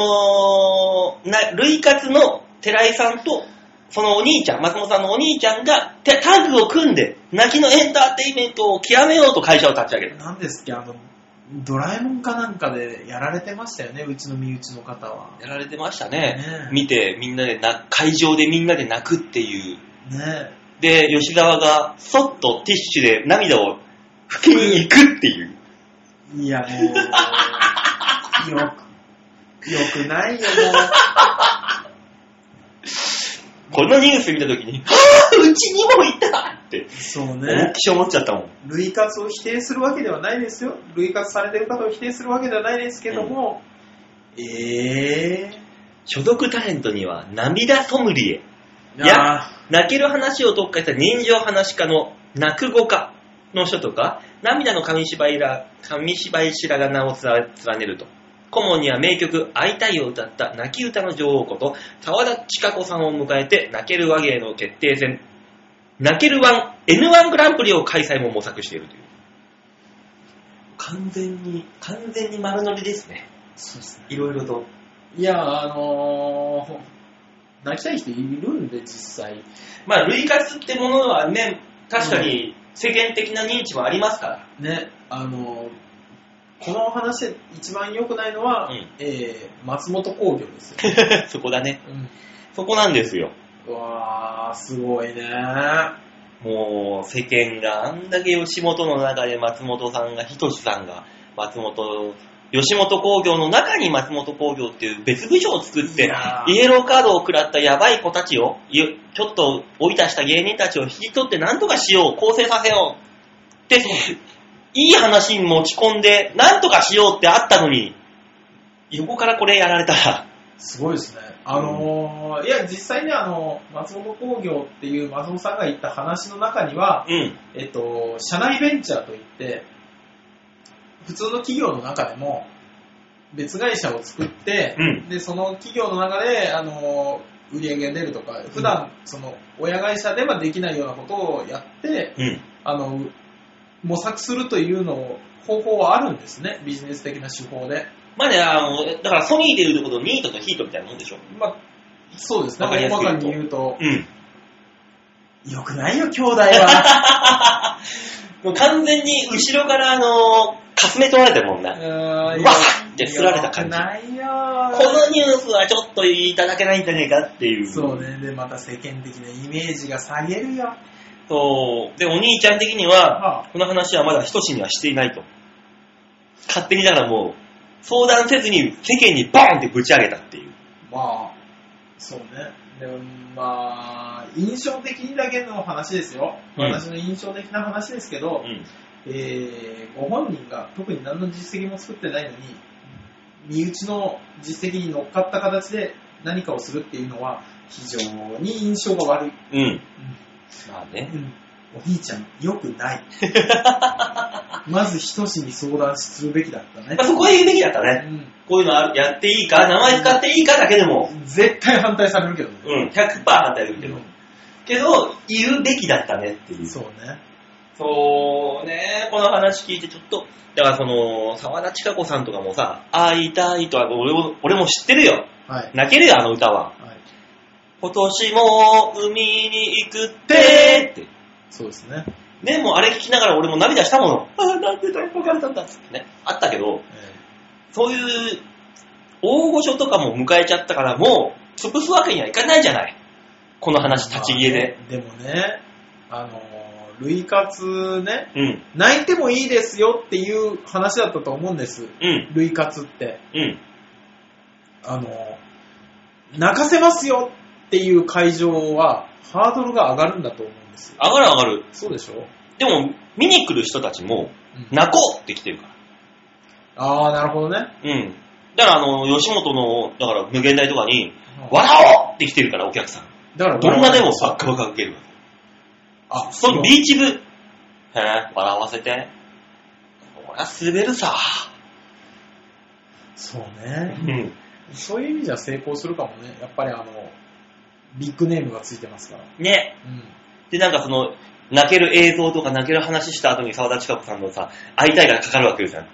の、な、類活の寺井さんと、そのお兄ちゃん、松本さんのお兄ちゃんが、てタッグを組んで、泣きのエンターテインメントを極めようと会社を立ち上げ
ー。
た。
なんですっけ、あの、ドラえもんかなんかでやられてましたよね、うちの身内の方は。
やられてましたね。
ねえ
見て、みんなでな、会場でみんなで泣くっていう。
ね
で、吉沢が、そっとティッシュで涙を拭きに行くっていう。
えいや、も う、よく、よくないよ、も
このニュース見た時に、はぁうちにもいたって、
う。そう
大
ね。
きし思っちゃったもん。
類活を否定するわけではないですよ。類活されてる方を否定するわけではないですけども、え
所属タレントには、涙ソムリエ。
ー。
いや泣ける話を特化した人情話家の泣く語家の人とか、涙の紙芝居ら紙芝居白が名を連ねると。顧問には名曲、会いたいを歌った泣き歌の女王こと、沢田千佳子さんを迎えて、泣ける和芸の決定戦、泣けるワン N1 グランプリを開催も模索しているという。完全に、完全に丸乗りですね。
そうですね。
いろいろと。
いや、あのー、泣きたい人いるんで、実際。
まあ、類活ってものはね、確かに世間的な認知もありますから。
ね、あのー、この話で一番良くないのは、
うん
えー、松本工業です よ。
そこだね。
うん
そこなんですよ。
うわー、すごいね
もう、世間があんだけ吉本の中で松本さんが、ひとしさんが、松本、吉本工業の中に松本工業っていう別部署を作っ
い
て
や、ー
イエローカードを食らったやばい子たちを、ゆちょっと追い出した芸人たちを引き取って何とかしよう、構成させようって、いい話に持ち込んで何とかしようってあったのに、横からこれやられたら、
すごいですね。あのー、いや、実際ね、あの、松本工業っていう松本さんが言った話の中には、
うん、
えっと、社内ベンチャーといって、普通の企業の中でも、別会社を作って、
うん
で、その企業の中で、あの、売り上げが出るとか、普段、その、親会社ではできないようなことをやって、
うん、
あの、模索するというのを、方法はあるんですね。ビジネス的な手法で。
まあね、あの、だからソニーでいうところのニートとヒートみたいなもんでしょ。
まあ、そうですね。
わかりや
大
すく言
まか
うと
に言うと、
うん。
良く ないよ、兄弟は。
もう完全に後ろからあのー、かすめ取られてるもんな。
う
わっってすられた感じ
良くないよ
このニュースはちょっといただけないんじゃねえかっていう。
そう。ね。で、また世間的なイメージが下げるよ。
そう。で、お兄ちゃん的には、
はあ
この話はまだ一しにはしていないと。勝手にだからもう、相談せずに世間にバーンってぶち上げたっていう。
まあ、そうね。でも、まあ、印象的にだけの話ですよ。
うん
私の印象的な話ですけど、
うん。
えーご本人が特に何の実績も作ってないのに、身内の実績に乗っかった形で何かをするっていうのは、非常に印象が悪い。
うん。まあね。
うんお兄ちゃん、良く ない。まず、ひとしに相談するべきだったね
やっぱ。そこは言うべきだったね。
うん
こういうのあるやっていいか、名前使っていいかだけでも、
絶対反対されるけどね。
うん、100%反対だけど、けど、言うべきだったねっていう。
そうね。
そうね、この話聞いてちょっと、だからその、沢田千佳子さんとかもさ、会いたいとは、俺も、俺も知ってるよ。
はい。
泣けるよ、あの歌は。
はい。
今年も海に行くってって。
そうですね。
ね、もうあれ聞きながら俺も涙したもの。ああ、なんで誰か別れたんだっつってね。あったけど、そういう、大御所とかも迎えちゃったから、もう、潰すわけにはいかないじゃない。この話、立ち消えで。
でもね、あのー、類活ね、
うん、
泣いてもいいですよっていう話だったと思うんです。
うん、
類活って。
うん。
あのー、泣かせますよっていう会場は、ハードルが上がるんだと思うんですよ。
上がる上がる。
そうでしょ
でも、見に来る人たちも、
うん、
泣こうって来てるから。
あー、なるほどね。
うん。だから、あの、吉本の、だから、無限大とかに、
わ
笑おうって来てるから、お客さん。
だから
どんなでもバッカバカ受けるわけ。
あ、
その
う
ビーチ部、へぇ、笑わせて。俺は滑るさ。
そう
う
ね。
ん。
そういう意味じゃ成功するかもね。やっぱりあの、ビッグネームがついてますから。
ね。
うん。
で、なんかその、泣ける映像とか泣ける話した後に沢田千佳子さんのさ、会いたいがかかるわけじゃん。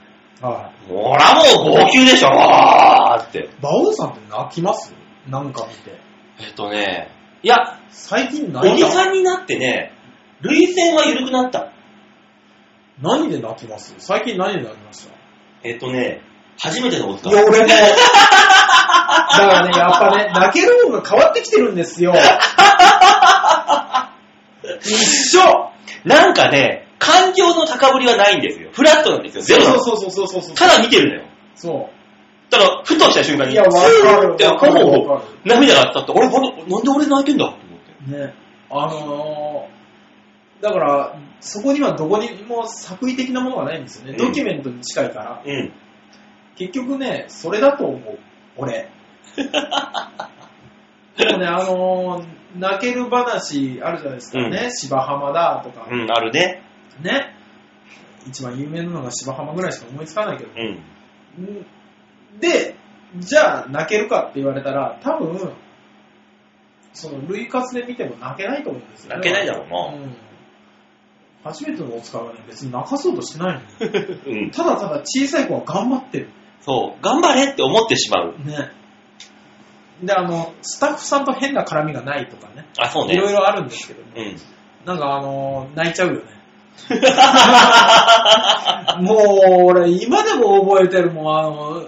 は
ほらもう号泣でしょーって。
い。馬王さんって泣きますなんか見て。
えっとね、いや、
最近
お
泣い
じ
た
さんになってね、涙腺は緩くなった。
何で泣きます最近何で泣きまし
えっとね、初めてのお
た
使い。
俺 も。だからね、やっぱね、泣けるのが変わってきてるんで すよ。一緒
なんかね、感情の高ぶりはないんですよ。フラットなんですよ。ゼロなの
そうそうそうそうそう。
ただ見てるのよ。
そ
ただ、ふとした瞬間
う。
に、
いや、わかる。
スー
わ
って
かる。
もう、
わか
涙があったって、俺、ほんとなんで俺泣いてんだと思って。
る。ね。あのー、だから、そこにはどこにも作為的なものがないんですよね。
うん
ドキュメントに近いから。
うん。
結局ね、それだと思う、 俺。でもね、あのー泣ける話あるじゃないですかね、芝浜だとか、
うん、あるね。
ね、一番有名なのが芝浜ぐらいしか思いつかないけど、
うん。
んで、じゃあ泣けるかって言われたら、多分、その、類活で見ても泣けないと思うんですよ、ね。
泣けないだろうな。
うん。初めてのお使いはね、別に泣かそうとしてないのに、
うん。
ただただ小さい子は頑張ってる。
そう、頑張れって思ってしまう。
ね。で、あの、スタッフさんと変な絡みがないとかね、
あ、そう
い
ね。
ろいろあるんですけども、
うん。
なんかあの、泣いち ゃうよね。もう、俺、今でも覚えてるもん、あの、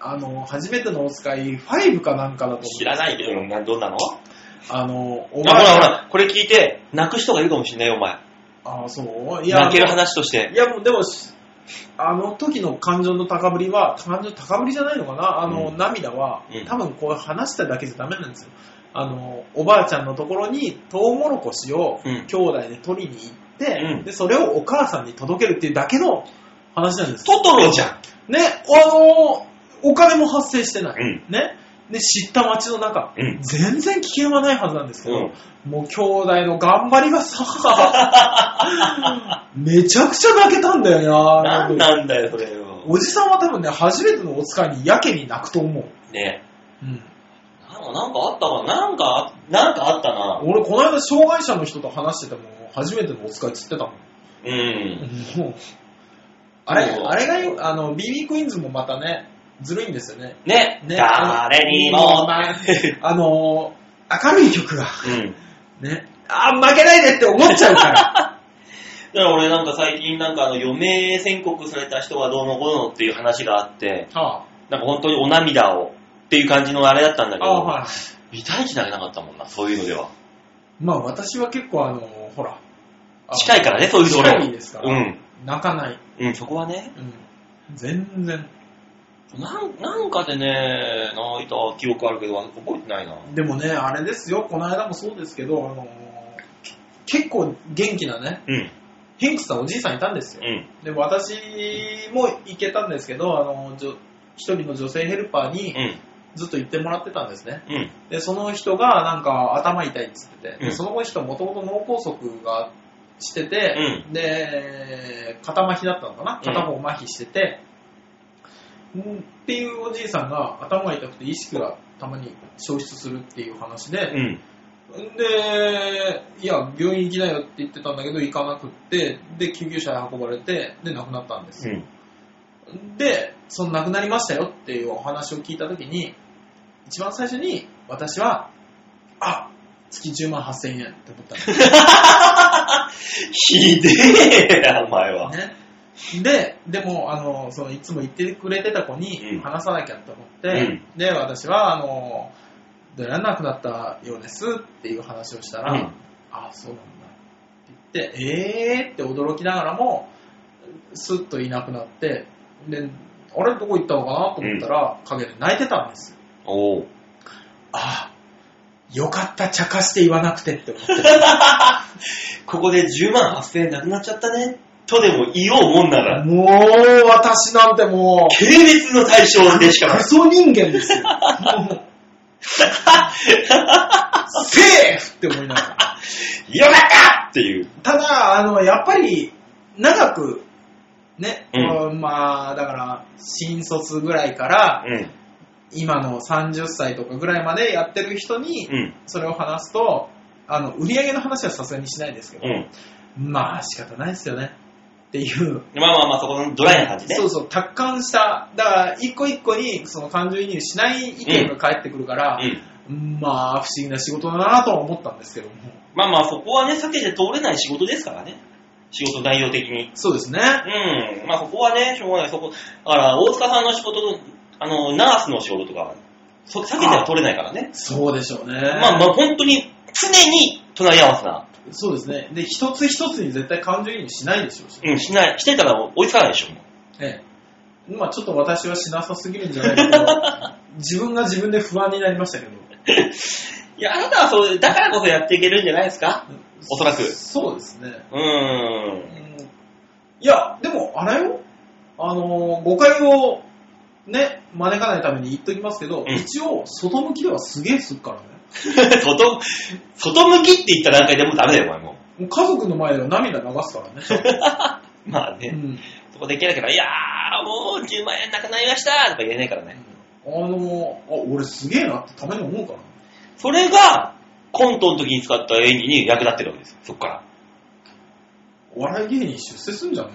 あの、初めてのお使い、5かなんかだと思う。
知らないけど、などんなのあ、
あの、お
ほらほら、これ聞いて、泣く人がいるかもしれないよ、お前。
ああ、そういや、
泣ける話として。
いや、もうでも、しあの時の感情の高ぶりは、感情の高ぶりじゃないのかな、あの、
うん
涙は
うん、
多分こう話しただけじゃダメなんですよ。あの、おばあちゃんのところにトウモロコシを
うん
兄弟で取りに行って、
うん
で、それをお母さんに届けるっていうだけの話なんですよ。
トトロじゃん。
ね、あの、お金も発生してない。
うん
ね。で、知った街の中、
うん
全然危険はないはずなんですけど、
うん
もう兄弟の頑張りが さ、めちゃくちゃ泣けたんだよ
な
な。
んなんだよ、それよ。
おじさんは多分ね、初めてのお使いにやけに泣くと思う。
ね
うん、
なんかなんかあったかなんか、なんかあったな。
俺、この間、障害者の人と話してても、初めてのお使いっつってたもん。
うん。
もうあれ、
そう
あれがよ、あの、BB クイーンズもまたね、ずるいんですよね。
ね
ね
誰にも。
あのー、明るい曲が、
うん。
ね、あー、負けないでって思っちゃう から。
だから俺なんか最近なんかあの余命宣告された人がどうのこうのっていう話があって、
は
なんか本当にお涙をっていう感じのあれだったんだ
あ、
け
あー
ど、
はい。
いたいちなれなかったもんな、そういうのでは。
まあ、私は結構、あのー、ほら、あの
近いからね、そういうところ。
近いですから、
うん。
泣かない。
うん、そこはね。
うん、全然。
なんなんかでね、泣いた記憶あるけど、覚えてないな。
でもね、あれですよ、この間もそうですけど、あのーけ結構元気なね、
うん、
ヘンクスなおじいさんいたんです
う
よ。
ん、
で、私も行けたんですけど、あのーじょ一人の女性ヘルパーに
うん、
ずっと行ってもらってたんですね。
うん、
で、その人がなんか頭痛いっつってて、
うん
でその人もともと脳梗塞がしてて、で、片麻痺だったのかな
うん
片方麻痺してて、んっていうおじいさんが頭が痛くて意識がたまに消失するっていう話で、
うん。
で、いや、病院行きなよって言ってたんだけど、行かなくって、で、救急車で運ばれて、で、亡くなったんです
う
よ。
ん。
で、その亡くなりましたよっていうお話を聞いたときに、一番最初に私は、あ、月10万8000円って思ったんです
ひでえな、お前は。
ね。で、でも、あの、その、いつも言ってくれてた子
うん
に話さなきゃと思って、
うん
で、私は、あの、出られなくなったようですっていう話をしたら、
うん
ああ、そうなんだって言って、えーって驚きながらも、スッといなくなって、で、あれどこ行ったのかなと思ったら、陰で泣いてたんですよ。
おう。
ああ、よかった、茶化して言わなくてって思って。
ここで10万8000円なくなっちゃったね。とでも言おうもんなら、
もう、私なんてもう、
軽蔑の対象でしかな
ク
い。
ソ人間ですよ。もうセーフって思いながら。
よかったっていう。
ただ、あの、やっぱり、長く、ね、
う
まあ、だから、新卒ぐらいから、
うん。
今の30歳とかぐらいまでやってる人に、
うん。
それを話すと、あの、売り上げの話はさすがにしないですけど、
う
まあ、仕方ないですよね。っていう。
ん。まあまあまあ、そこのドライな感じね。
そうそう、達観した。だから、一個一個に、その感情移入しない意見が返ってくるから、
うん。
まあ、不思議な仕事だなとは思ったんですけども。
まあまあ、そこはね、避けて通れない仕事ですからね。仕事内容的に。
そうですね。
うん。まあ、そこはね、しょうがない。そこ、だから、大塚さんの仕事と、あの、ナースの仕事とかは、そ避けては通れないからね。
そうでしょうね。
まあまあ、本当に、常に隣り合わせな。
そうですね。で、一つ一つに絶対感情移入しないでしょうし。
うん、しない、してたら追いつかないでしょ、も
ええ。まあちょっと私はしなさすぎるんじゃないか と。自分が自分で不安になりましたけど。
ういや、あなたはそう、だからこそやっていけるんじゃないですかおそらく
そうですね。
うーん。
うんいや、でも、あれよあのー誤解をね、招かないために言っときますけど、
うん
一応、外向きではすげえするからね。
外、外向きって言った段階でもうダメだよ、お前も
もう家族の前では涙流すからね。
う。まあ
う
ね、
ん
そこできなきゃ、いやー、もう10万円なくなりましたとか言えないからね。
あのーあ、俺すげえなってたまに思うからね。
それが、コントの時に使った演技に役立ってるわけですよ、そっから。
お笑い芸人出世すんじゃな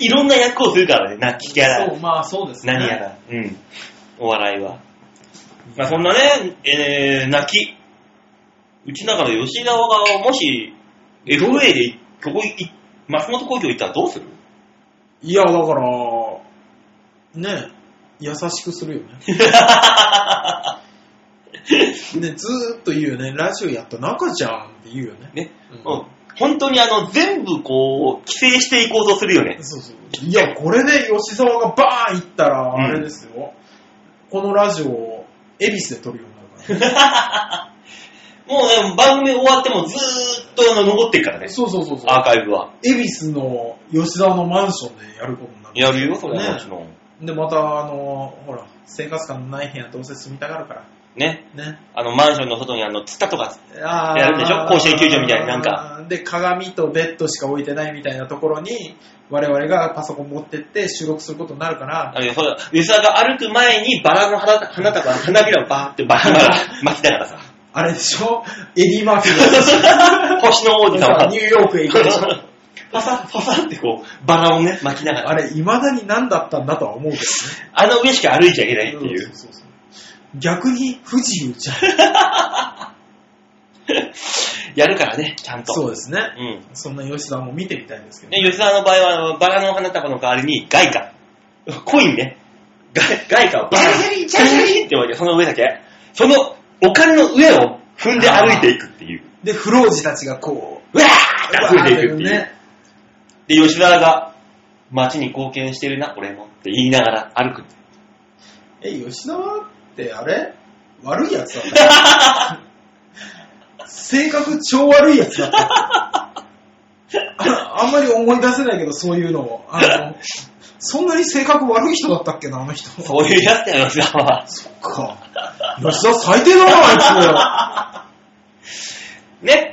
い
いろんな役をするからね、泣きキャ
そ
ラ、
う、まあそうですね。
何やら、うん、お笑いは。まあそんなね、えー、泣き。うちだから吉沢がもし、FA で、ここい、松本工業行ったらどうする
いや、だから、ね、優しくするよ ね。ね、ずーっと言うよね、ラジオやった中じゃんって言うよね。
ね、
う
うん。本当にあの、全部こう、規制していこうとするよね
ん。。そうそう。いや、これで吉沢がバーン行ったら、
うん
あれですよ、このラジオを、恵比寿で撮るようになるから、ね。
もうね、番組終わってもずーっとあの残ってる からね、
そうそうそうそう。
アーカイブは。
恵比寿の吉沢のマンションでやることになる。
やるよ、それは
ね
もちろん。
で、また、あの、ほら、生活感のない部屋どうせ住みたがるから。
ね。
ね。
あの、マンションの外にあの、ツタとか、
あー
やるんでしょ甲子園球場みたいになんか。
で、鏡とベッドしか置いてないみたいなところに、我々がパソコン持ってって収録することになるから、
あの、ほら、吉沢が歩く前にバラの花花束、花びらをバーってバラバラ巻きなが らさ、
あれでしょエディ・マーフィー
星の王子様
が
が
ニューヨークへ行くでしょ
パサッパサッってこう、バラをね、巻きながら、
あれ、未だに何だったんだとは思うけど
あの上しか歩いちゃいけないって
ね。
いう。
そうそうそう逆に不自由じ ゃん。
やるからね、ちゃんと。
そうですね。
うん。
そんな吉田も見てみたいんですけど
で、吉沢の場合はあの、バラの花束の代わりに、外貨。コインね。外外貨をバラ
ジャリ
に、
ジャリジャリ
ってわけ、その上だけ。その、お金の上を踏んで歩いていくっていう。
で、不老児たちがこう、
うわーって溢れていくっていう。
ね。
で、吉沢が、街に貢献してるな、俺も。って言いながら歩く。
え、吉沢ってあれ悪いやつだ った。性格超悪いやつだった。ああんまり思い出せないけど、そういうのを。あの、そんなに性格悪い人だったっけな、あの人。そ
そういうやつだよ、吉沢は。
っか。吉沢最低だな、あい
ね。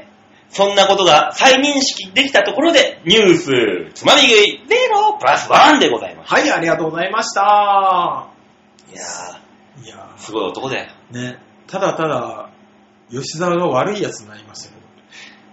そんなことが再認識できたところで、ニュース、つまみ食い、0プラス1でございます。
はい、ありがとうございました。
いや
いや
ー、すごい男だよ。
ーね、ただただ、吉沢が悪いやつになりましたけど。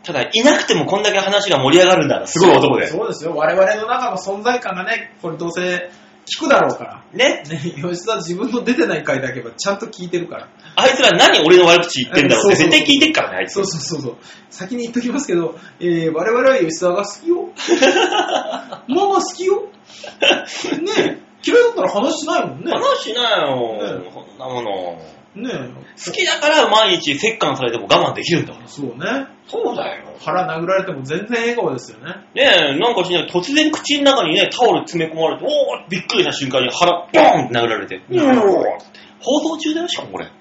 ただ、いなくてもこんだけ話が盛り上がるんだな、すごい男だよ。
そうですよ。我々の中の存在感がね、これどうせ聞くだろうから。
ね
ね、 吉沢自分の出てない回だけはちゃんと聞いてるから。
あいつら何俺の悪口言ってんだろうって
そうそ
絶
う
対聞いてっからね、あいつ
そう。そうそうそう。先に言っときますけど、えー、我々は吉沢が好 きよ。ママ好きよ。ねえ、嫌いだったら話しないもんね。
話しなよ、
ね
こんなもの。
ね
好きだから毎日折檻されても我慢できるんだから
え、。そうね。
そうだよ。
腹殴られても全然笑顔ですよね。
ねえ、なんかしない突然口の中にね、タオル詰め込まれて、おーびっくりした瞬間に腹、ボーンって殴られて。
うん
放送中だよ、しかもこれ。
ね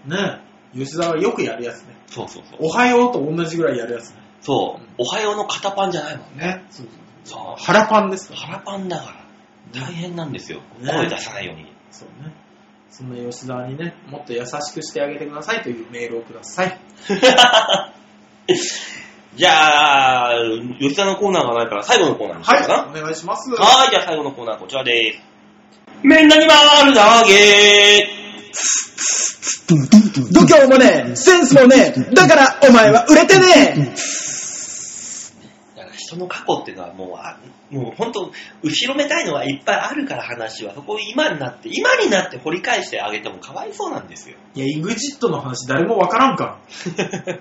え、吉沢がよくやるやつね。
そうそうそう。
おはようと同じぐらいやるやつね。
そう
うん。
おはようの肩パンじゃないもん。
ね。そうそう
そ
腹パンです
う。
か
腹パンだから。大変なんですよ。
ね
声出さないように。
そうね。そんな吉沢にね、もっと優しくしてあげてくださいというメールをください。
じゃあ、吉田のコーナーがないから最後のコーナーにしようかな。
はい、お願いします。
はーい、じゃあ最後のコーナーこちらです。みんなに丸投げ
度胸もねえ、センスもねえ、だからお前は売れてね
だから人の過去っていうのはもうあ、もう本当、後ろめたいのはいっぱいあるから話は、そこを今になって、今になって掘り返してあげてもかわいそうなんですよ。
いや、イグジットの話誰もわからんから。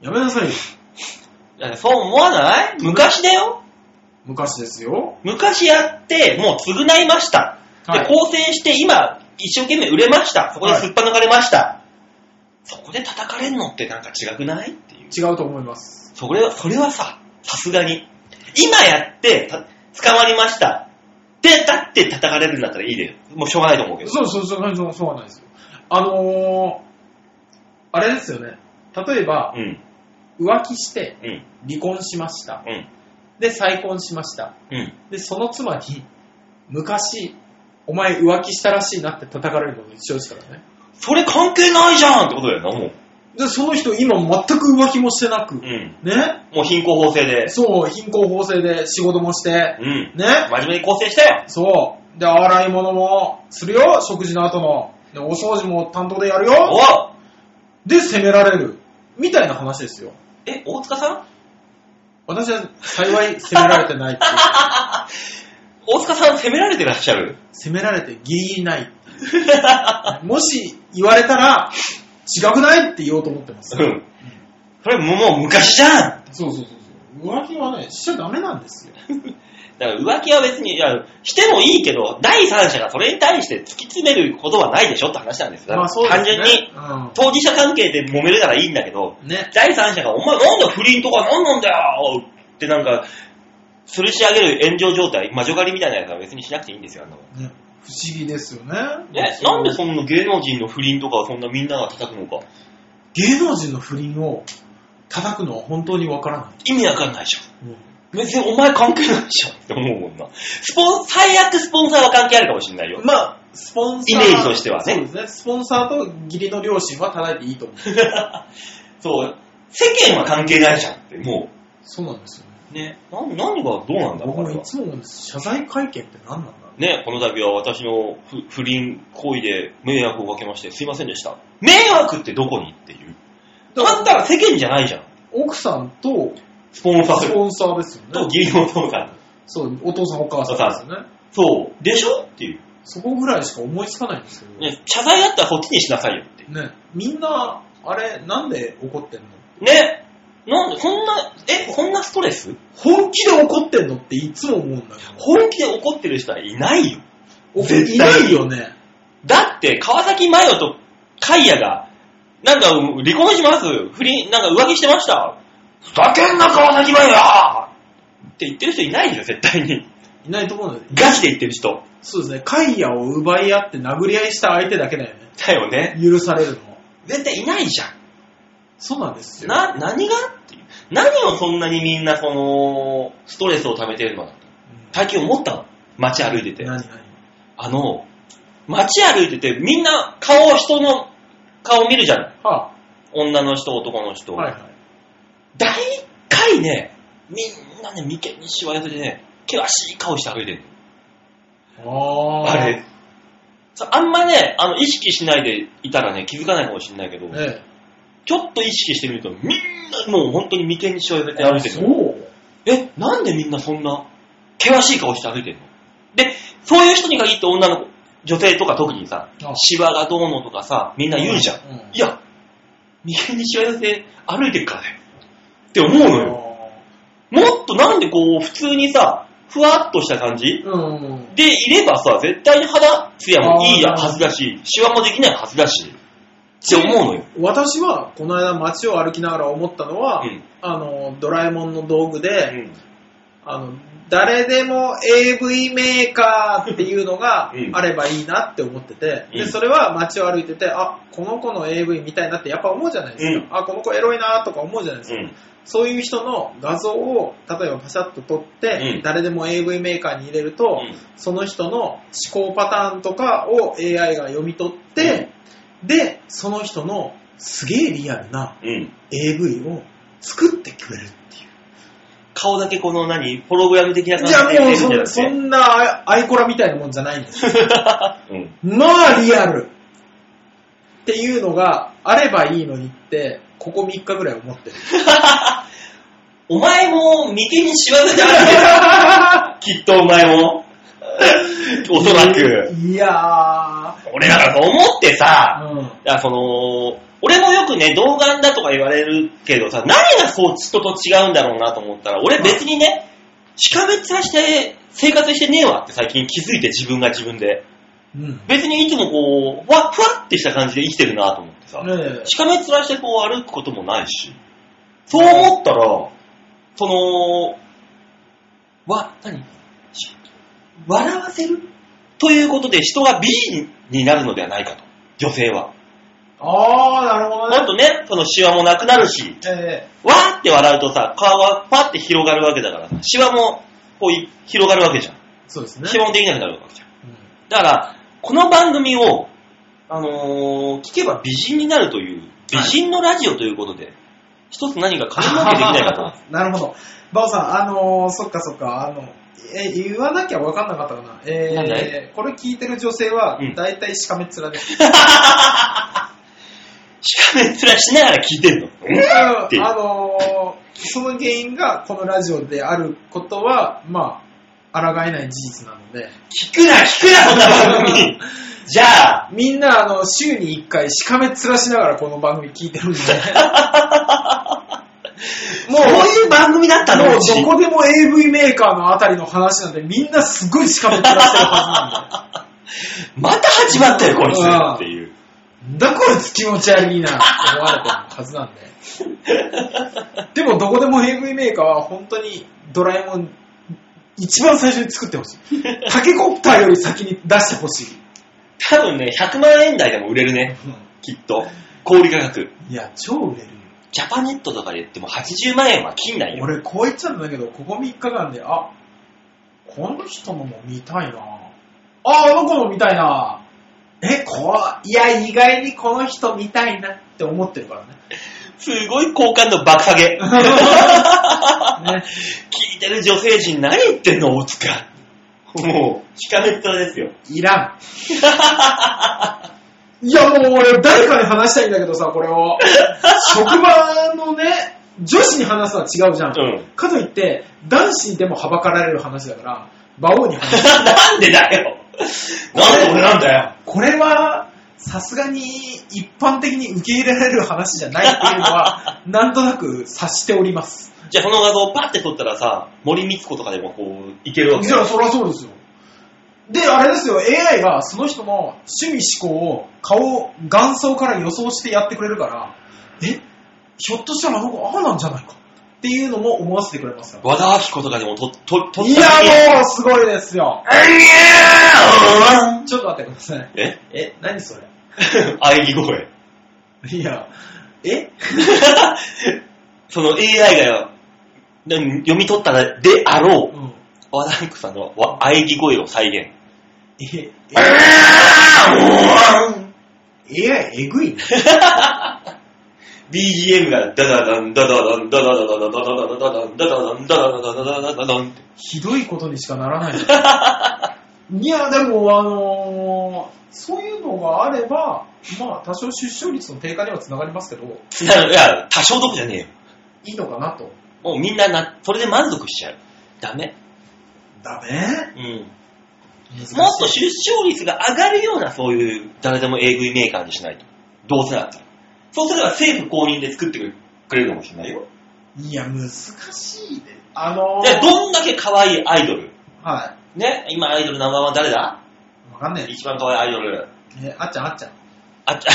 やめなさいよ。
だからそう思わない昔だよ。
昔ですよ。
昔やって、もう償いました。
はい
で、当選して今、一生懸命売れました。そこで
はい
すっぱ抜かれました。そこで叩かれんのってなんか違くないっていう。
違うと思います。
それは、それはさ、さすがに。今やって、た捕まりました。で、だって叩かれるんだったらいいで。もうしょうがないと思うけど。
そうそうそう、そうそうはないですよ。あのー、あれですよね。例えば
う、ん、
浮気して
うん、
離婚しました。
うん、
で、再婚しました。
うん。
で、その妻に、昔、お前浮気したらしいなって叩かれるのと一緒ですからね。
それ関係ないじゃんってことだよな、もう。
で、その人今全く浮気もしてな
う
く、
ん。
ね。
もう貧困法制で。
そう、貧困法制で仕事もして、
うん。
ね。
真面目に構成したよ。
そう。で、洗い物もするよ、食事の後の。で、お掃除も担当でやるよ。
おう
で、責められる。みたいな話ですよ。
え、大塚さん
私は幸い責められてないっていう。
大塚さん責められてらっしゃる
責められてギリギリないっていう。もし言われたら、違くないって言おうと思ってます。
うん。それももう昔じゃん
そうそうそうそう。浮気はね、しちゃダメなんですよ。
だから浮気は別に、いや、してもいいけど、第三者がそれに対して突き詰めることはないでしょって話なんですよ。
まあそうですね。
単純に、当事者関係で揉めるならいいんだけど、
うん。ね。
第三者が、お前なんだ不倫とか何なんだよってなんか、吊るし上げる炎上状態、魔女狩りみたいなやつは別にしなくていいんですよ、あんなもん
ね不思議ですよね。
ね、なんでそんな芸能人の不倫とかをそんなみんなが叩くのか。
芸能人の不倫を叩くのは本当にわからない。
意味わかんないじゃん。別にお前関係ないじゃんって思うもんな。スポン、最悪スポンサーは関係あるかもしれないよ。
まあ、スポンサ
イ
ー。
メージとしてはね
そうですね。スポンサーと義理の両親は叩いていいと思う。
そう、世間は関係ないじゃんって、も
そうなんですよね。
う。ね、な何がどうなんだろ
僕
う
もい
ね
つも思うんです。謝罪会見って何なんだろう
ね、この度は私の不不倫行為で迷惑をかけましてすいませんでした。迷惑ってどこにっていう。あんたら世間じゃないじゃん。
奥さんと
スポンサ
ス
ー
ポンサーですよ
と
ね。
義理のお父さん。
そう、お父さんお母さんですよね。
そう。でしょっていう。
そこぐらいしか思いつかないんですけど。
ね、謝罪だったらそっちにしなさいよって。
ね。みんな、あれ、なんで怒ってんの
ね。なんで、こんな、え、こんなストレス
本気で怒ってんのっていつも思うんだけど。
本気で怒ってる人はいないよ。
お
絶
い
対
ないよね。
だって、川崎麻世と海也が、なんか、離婚します。不倫、なんか浮気してました。ふざけんな、川崎麻世って言ってる人いないでしょ、絶対に。
いないと思うんだよね。
ガチで言ってる人。
そうですね。カイヤを奪い合って殴り合いした相手だけだよね。
だよね。
許されるのは。
絶対いないじゃん。
そうなんですよ。
な、何がっていう。何をそんなにみんなその、ストレスを溜めてるのかな
うん
最近思ったの。街歩いてて。
何何
あの、街歩いてて、みんな顔を、人の顔見るじゃん。
は
女の人、男の人。
あ、はいはい。
大りね、みんなね、眉間にしわ寄せてね、険しい顔して歩いてる。
あ
あれ。さあんまね、あの、意識しないでいたらね、気づかないかもしれないけど、
え
ちょっと意識してみると、みんなもう本当に眉間にしわ寄せ
え。
て歩いてる
そ
の。
う
え、なんでみんなそんな、険しい顔して歩いてるので、そういう人に限って女の子、女性とか特にさ、
あ
シワがどうのとかさ、みんな言うじゃん。
うん。
いや、眉間にしわ寄せ歩いてるからね。って思うのよ。もっとなんでこう、普通にさ、ふわっとした感じ
うん。
でいればさ、絶対に肌ツヤもいいや
あー
はずだし、シワもできないはずだし、って思うのよ。
私は、この間街を歩きながら思ったのは、
うん
あの、ドラえもんの道具
う
で、
ん。
あの、誰でも AV メーカーっていうの が
うん
あればいいなって思ってて、
う
で、
ん
それは街を歩いてて、あ、この子の AV 見たいなってやっぱ思うじゃないですか。あ、この子エロいなとか思うじゃないですか。
うん。
そういう人の画像を、例えばパシャッと撮って、
うん
誰でも AV メーカーに入れると、
うん
その人の思考パターンとかを AI が読み取って、で、その人のすげえリアルな
うん。
AV を作ってくれるっていう。
顔だけこの何、プログラム的な感
いや、
じで
もう
出てるん
そ
じゃ
そ
なくて。
んなアイコラみたいなもんじゃないんですよ。
うん。
まあ、リアルっていうのがあればいいのにって、ここ3日ぐらい思っ てる。
お前も眉間にしわ寄せて歩いてる。 きっとお前も。 おそらく。
いや
俺だからと思ってさ、
ー、うん。
いや、その、俺もよくね、童顔だとか言われるけどさ、何がそう、人と違うんだろうなと思ったら、俺別にね、しかめつはして、生活してねえわって最近気づいて自分が自分で。
うん。
別にいつもこう、ふわ、ふわってした感じで生きてるなと思ってさ、
ねえ
しかめつらしてこう歩くこともないし、そう思ったら、その、わ、何し笑わせるということで人が美人になるのではないかと、女性は。
あー、なるほ
も
ど
っ
ね。
とね、そのシワもなくなるし、
え
わーって笑うとさ、顔がパって広がるわけだからさ、シワもこうい広がるわけじゃん。
ーそうですね。
シワもできなくなるわけじゃん。だから、この番組を、あのー聞けば美人になるという、美人のラジオということで、一つ何か金儲けできないか と。
なるほど。バオさん、あのー、そっかそっか、あの、え、言わなきゃ分かんなかったかな。
なんだ
えー、これ聞いてる女性は
うん、
大体しかめっ 面です。
しかめっ面しながら 聞いてんの。
あ
ていう
のー、その原因がこのラジオであることは、まあ、抗えない事実なので、
聞くな、聞くな、そんな番組。じゃあ、
みんな、あの、週に1回しかめっ面しながらこの番組聞いてるんで、
もう、こういう番組だったの
もう
うち
どこでも AV メーカーのあたりの話なんで、みんなすごいしかめっ面してるはずなんで。
また始まったよ、こいつ。っていう。
なんだこいつ気持ち悪いなって思われてるはずなんで。でもどこでも AV メーカーは本当にドラえもん一番最初に作ってほしい。タケコプターより先に出してほしい。
多分ね、100万円台でも売れるね。きっと。小売価格。
いや、超売れるよ。
ジャパネットとかで言っても80万円は切んないよ。
俺こう言っちゃうんだけど、ここ3日間で、あ、この人のも見たいなあ、あの子も見たいなえ、こう、いや、意外にこの人見たいなって思ってるから ね。
すごい好感度爆下げ。
ね
聞いてる女性陣何言ってんの、大塚。もう、しかめっ面ですよ。
いらん。いやもう俺誰かに話したいんだけどさ、これを。職場のね、女子に話すのは違うじゃん。
うん
かといって、男子にでもはばかられる話だから、馬王に話す。
なんでだよ。なんで俺なんだよ。
これは、さすがに一般的に受け入れられる話じゃないっていうのは、 なんとなく察しております。
じゃあこの画像をパッて撮ったらさ、森光子とかでもこう、いけるわけ
じゃあそりゃそうですよ。で、あれですよ、AI がその人の趣味思考を顔、眼相から予想してやってくれるから、え、ひょっとしたらあの子ああなんじゃないかっていうのも思わせてくれますから。
和田明子とかでも撮撮撮った
い
時に
やもうすごいですよ。ちょっと待ってください。
え
え、何それ
喘ぎ声。
いや、え
その AI が何読み取ったであろう、
うん。
和田明子さんのわ喘ぎ声を再現。
え、え、AI えぐいね。
BGM が、ダダダン、ダダダン、ダダダダダダダダダン、ダダダン、ダダダダダダダダン。
ひどいことにしかならない。いや、でも、あのーそういうのがあれば、まあ、多少出生率の低下にはつながりますけど、
つながる。いや、多少どこじゃねえよ。
いいのかなと。
もうみんなな、それで満足しちゃう。ダメ。
ダメ
うん。
難しい
もっと出生率が上がるような、そういう、誰でも AV メーカーにしないと。どうせだったら。そうすれば政府公認で作ってくれるかもしれないよ。
いや、難しいね。あの
じゃあ、
ー、
どんだけ可愛いアイドル。
は
ね、今アイドルナンバーワン誰だ
い。わかんない。
一番可愛いアイドル。
え、あっちゃん、あっちゃん。
あっちゃ、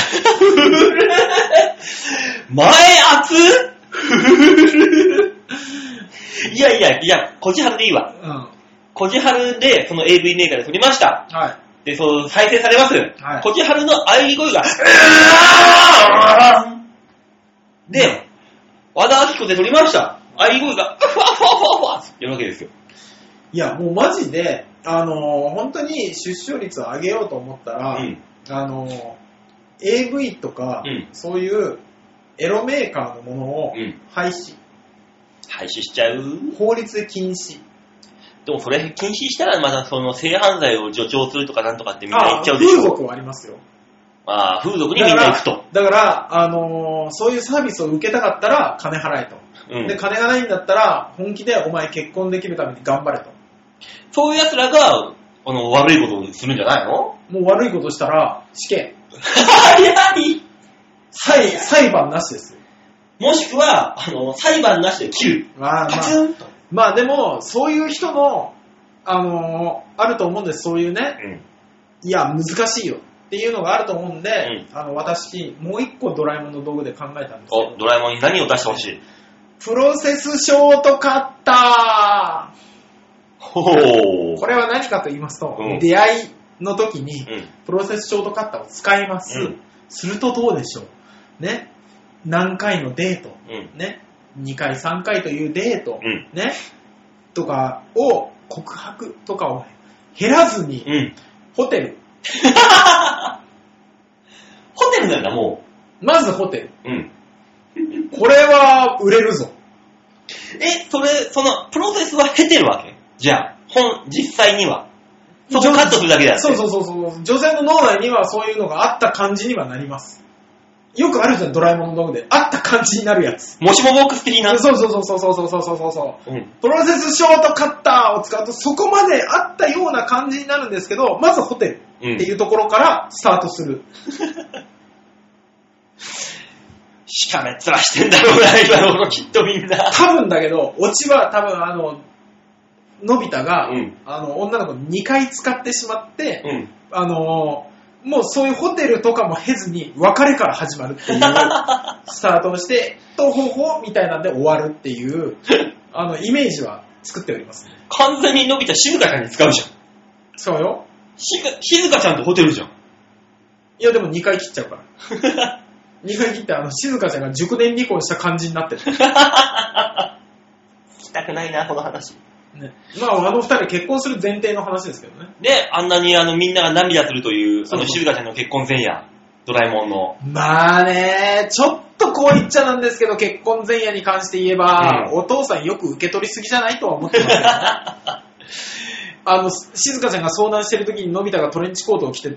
前圧いやいや、いや、こじはるでいいわ。
うん。は
こじはるで、その AV メーカーで撮りました。
い。
で、そう、再生されます。
はい
こじはるの喘ぎ声が、うわーで、和田明子で撮りました。喘ぎ声が、うわふわふわふわって言うわけですよ。
いや、もうマジで、あのー本当に出生率を上げようと思ったら、
うん
あのー AV とか、
うん
そういうエロメーカーのものを
うん
廃止、
廃止しちゃう。
法律で禁止。
でもそれ禁止したらまたその性犯罪を助長するとかなんとかってみんな言
あ
っ
あ
ちゃうでし
風
ょ。
俗はありますよ。
まあ、風俗にみんな行くと。
だから、あのーそういうサービスを受けたかったら金払えと。
うん
で、金がないんだったら、本気でお前結婚できるために頑張れと。
そういう奴らが、あの、悪いことをするんじゃない の
もう悪いことしたら、死刑。
早い
裁裁判なしですよ。
もしくは、あの、裁判なしで切る。
まあ
パ ツンと。
まあでも、そういう人も、あのーあると思うんです、そういうね、
うん。
いや、難しいよっていうのがあると思うんで、
う
あの私、もう一個ドラえもんの道具で考えたんです
お、ドラえもんに何を出してほしい
けど、プロセスショートカッタ
ほー
ーこれは何かと言いますと、
うん
出会いの時に、
うん。
プロセスショートカッターを使います。
うん
するとどうでしょうね。何回のデート。
うん。
ね。2回、3回というデート。
うん
ね。とかを、告白とかを減らずに、
うん。
ホテル。
ホテルなんだ、も
まずホテル。
う。うん。
これは売れるぞ。
え、それ、その、プロセスは経てるわけじゃあ、本、実際には。そこ
女
カットするだけだって。
そうそうそうそう。女性の脳内にはそういうのがあった感じにはなります。よくあるじゃん、ドラえもんの道具で。あった感じになるやつ。
もしもボックス的な。
そうそうそうそうそうそうそうそうそう。
うん。
プロセスショートカッターを使うとそこまであったような感じになるんですけど、まずホテルっていうところからスタートする。
しかめっ面してんだろうな、今の頃きっとみんな。
多分だけど、オチは多分あの、のび太が、
うん
あの、女の子に2回使ってしまって、
うん。
あの、もうそういうホテルとかも経ずに別れから始まるっていうスタートをして、と方法みたいなんで終わるっていう、あの、イメージは作っております。
完全に伸びた静香ちゃんに使うじゃん。
そうよ。
しず静香ちゃんとホテルじゃ ん。
いやでも2回切っちゃうから。2回切って、あの、静香ちゃんが熟年離婚した感じになってる。
聞きたくないな、この話。
ね、まあ、あの二人結婚する前提の話ですけどね。
で、あんなにあのみんなが涙するという、
そう
あ
そう
の静香ちゃんの結婚前夜、ドラえもんの。
まあね、ちょっとこう言っちゃなんですけど、結婚前夜に関して言えば、
うん
お父さんよく受け取りすぎじゃないとは思ってますけどね。あの、静香ちゃんが相談してる時にのび太がトレンチコートを着て、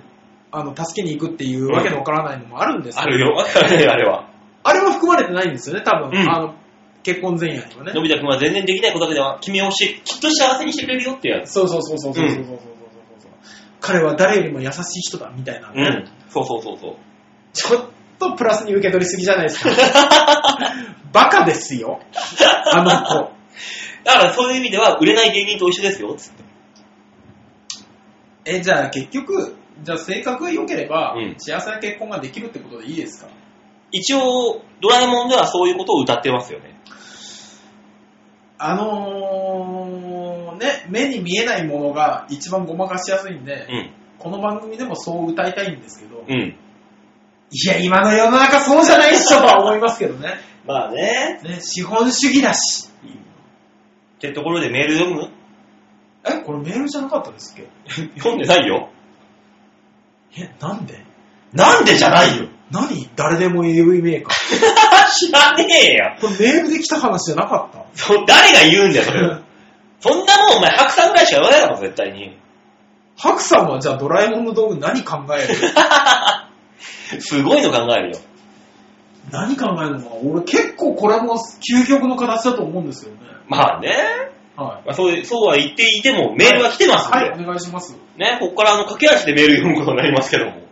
あの、助けに行くっていうわけのわからないのもあるんです
あ
けど、
るよ、わ からないよあれは。
あれは含まれてないんですよね、多分。
うん
あの、結婚前夜にはね
の。び太くんは全然できないことだけでは、君をし、きっと幸せにしてくれるよってやつ。
そうそうそうそうそうそうそうそうそう、彼は誰よりも優しい人だみたいな、
うん。そうそうそうそう。
ちょっとプラスに受け取りすぎじゃないですか バカですよあの子
だからそういう意味では、売れない芸人と一緒ですよ、つって。
えじゃあ結局じゃあ性格が良ければ、
うん
幸せな結婚ができるってことでいいですか
一応、ドラえもんではそういうことを歌ってますよね。
あのー、ね目に見えないものが一番ごまかしやすいんで、
う
この番組でもそう歌いたいんですけど、
ん。うん。
いや今の世の中そうじゃないっしょとは思いますけどね
まあね。
ね資本主義だし
ってところでメール読む
えこれメールじゃなかったですっけ
読んでないよ。
え、なんで
なんでじゃないよ。
何誰でも AV メーカー。
知らねえよ。
これメールで来た話じゃなかっ
そう誰が言うんだ よ、それ
た。
そんなもん、お前、白さんぐらいしか言わないだろ、絶対に。
ハクさんはじゃあドラえもんの道具何考える
すごいの考えるよ。
何考えるのか俺結構これも究極の形だと思うんですよね。
まあね。
は
ま
い。
あ、そうそうは言っていても、メールは来てますんで。
はい、お願いします。
ね、ここからあの、駆け足でメール読むことになりますけども。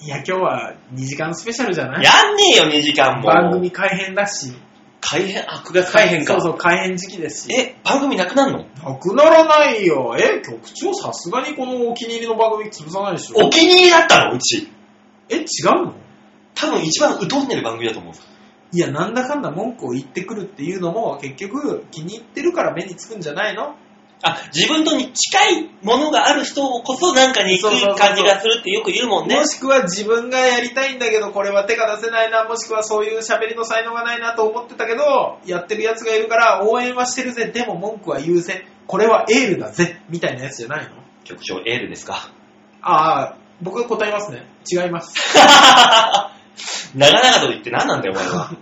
いや、今日は2時間スペシャルじゃない
やんねえよ、2時間も。
番組改編だし。
改編、あ、9月改編か。
そうそう、改編時期ですし。
え、番組なくなるの
なくならないよ。え、局長さすがにこのお気に入りの番組潰さないでしょ
お。気に入りだったの、うち。
え、違うの
多分一番疎んでる番組だと思う。
いや、なんだかんだ文句を言ってくるっていうのも、結局、気に入ってるから目につくんじゃないの
あ、自分とに近いものがある人こそなんかに行
そうそうそう
く感じがするってよく言うもんね
も。しくは自分がやりたいんだけど、これは手が出せないな、もしくはそういう喋りの才能がないなと思ってたけど、やってるやつがいるから、応援はしてるぜ、でも文句は言うぜ、これはエールだぜ、みたいなやつじゃないの
局長、エールです か。
ああ、僕が答えますね。違います。
長々と言って何なんだよ、お前 は。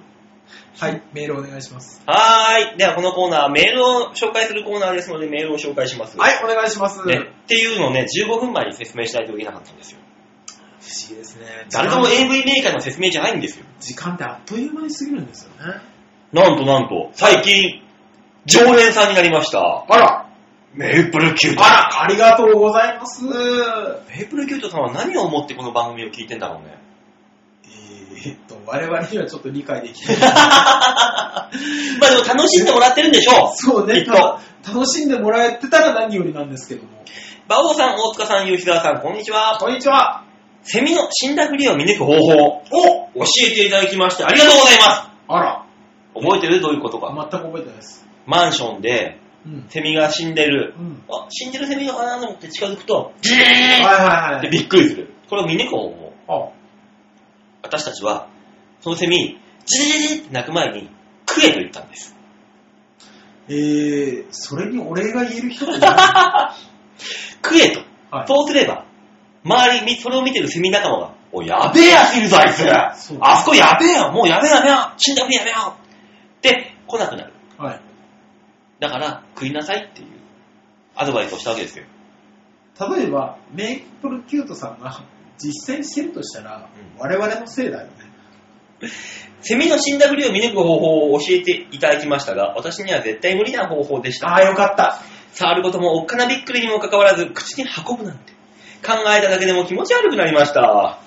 はい、メールお願いします。
はーい。では、このコーナー、メールを紹介するコーナーですので、メールを紹介します。
はい、お願いします。
ね、っていうのをね、15分前に説明しないといけなかったんですよ。
不思議ですね。
誰でも AV メーカーの説明じゃないんですよ。
時間ってあっという間に過ぎるんですよね。
なんとなんと、最近、常連さんになりました。
あら
メイプルキュート。
あら、ありがとうございます。
メイプルキュートさんは何を思ってこの番組を聞いてんだろうね。
えーっと、我々にはちょっと理解できない。
まあでも楽しんでもらってるんでしょう。
そう
き
ね、
っと
た楽しんでもらえてたら何よりなんですけども。
馬王さん、大塚さん、吉沢さん、こんにちは。
こんにちは。
セミの死んだふりを見抜く方法を教えていただきましてありがとうございま
あら、
す。覚えてるどういうことか。
全く覚えてないです。
マンションで
うん。
セミが死んでる。
うん。
あ、死んでるセミの穴と思って近づくと、ジ
は
ー
い
ンっ
はいは
て
い。
びっくりする。これを見抜く方法。
あ、
私たちは、そのセミ、ジージーって鳴く前に、食えと言ったんです。
えー、それにお礼が言える人じゃ ない。
食えと。
はい
そうすれば、周りに、それを見てるセミ仲間が、おい、やべえやついるぞ、あいつあ
そ
そうこやべえよもうやべえやべえよ死んだふりやめよって、来なくなる。
はい。
だから、食いなさいっていう、アドバイスをしたわけですよ。
例えば、メイプルキュートさんが 実践してるとしたら、
うん
我々のせいだよね。
セミの死んだふりを見抜く方法を教えていただきましたが、私には絶対無理な方法でした。
ああ、よかった。
触ることもおっかなびっくりにもかかわらず、口に運ぶなんて。考えただけでも気持ち悪くなりました。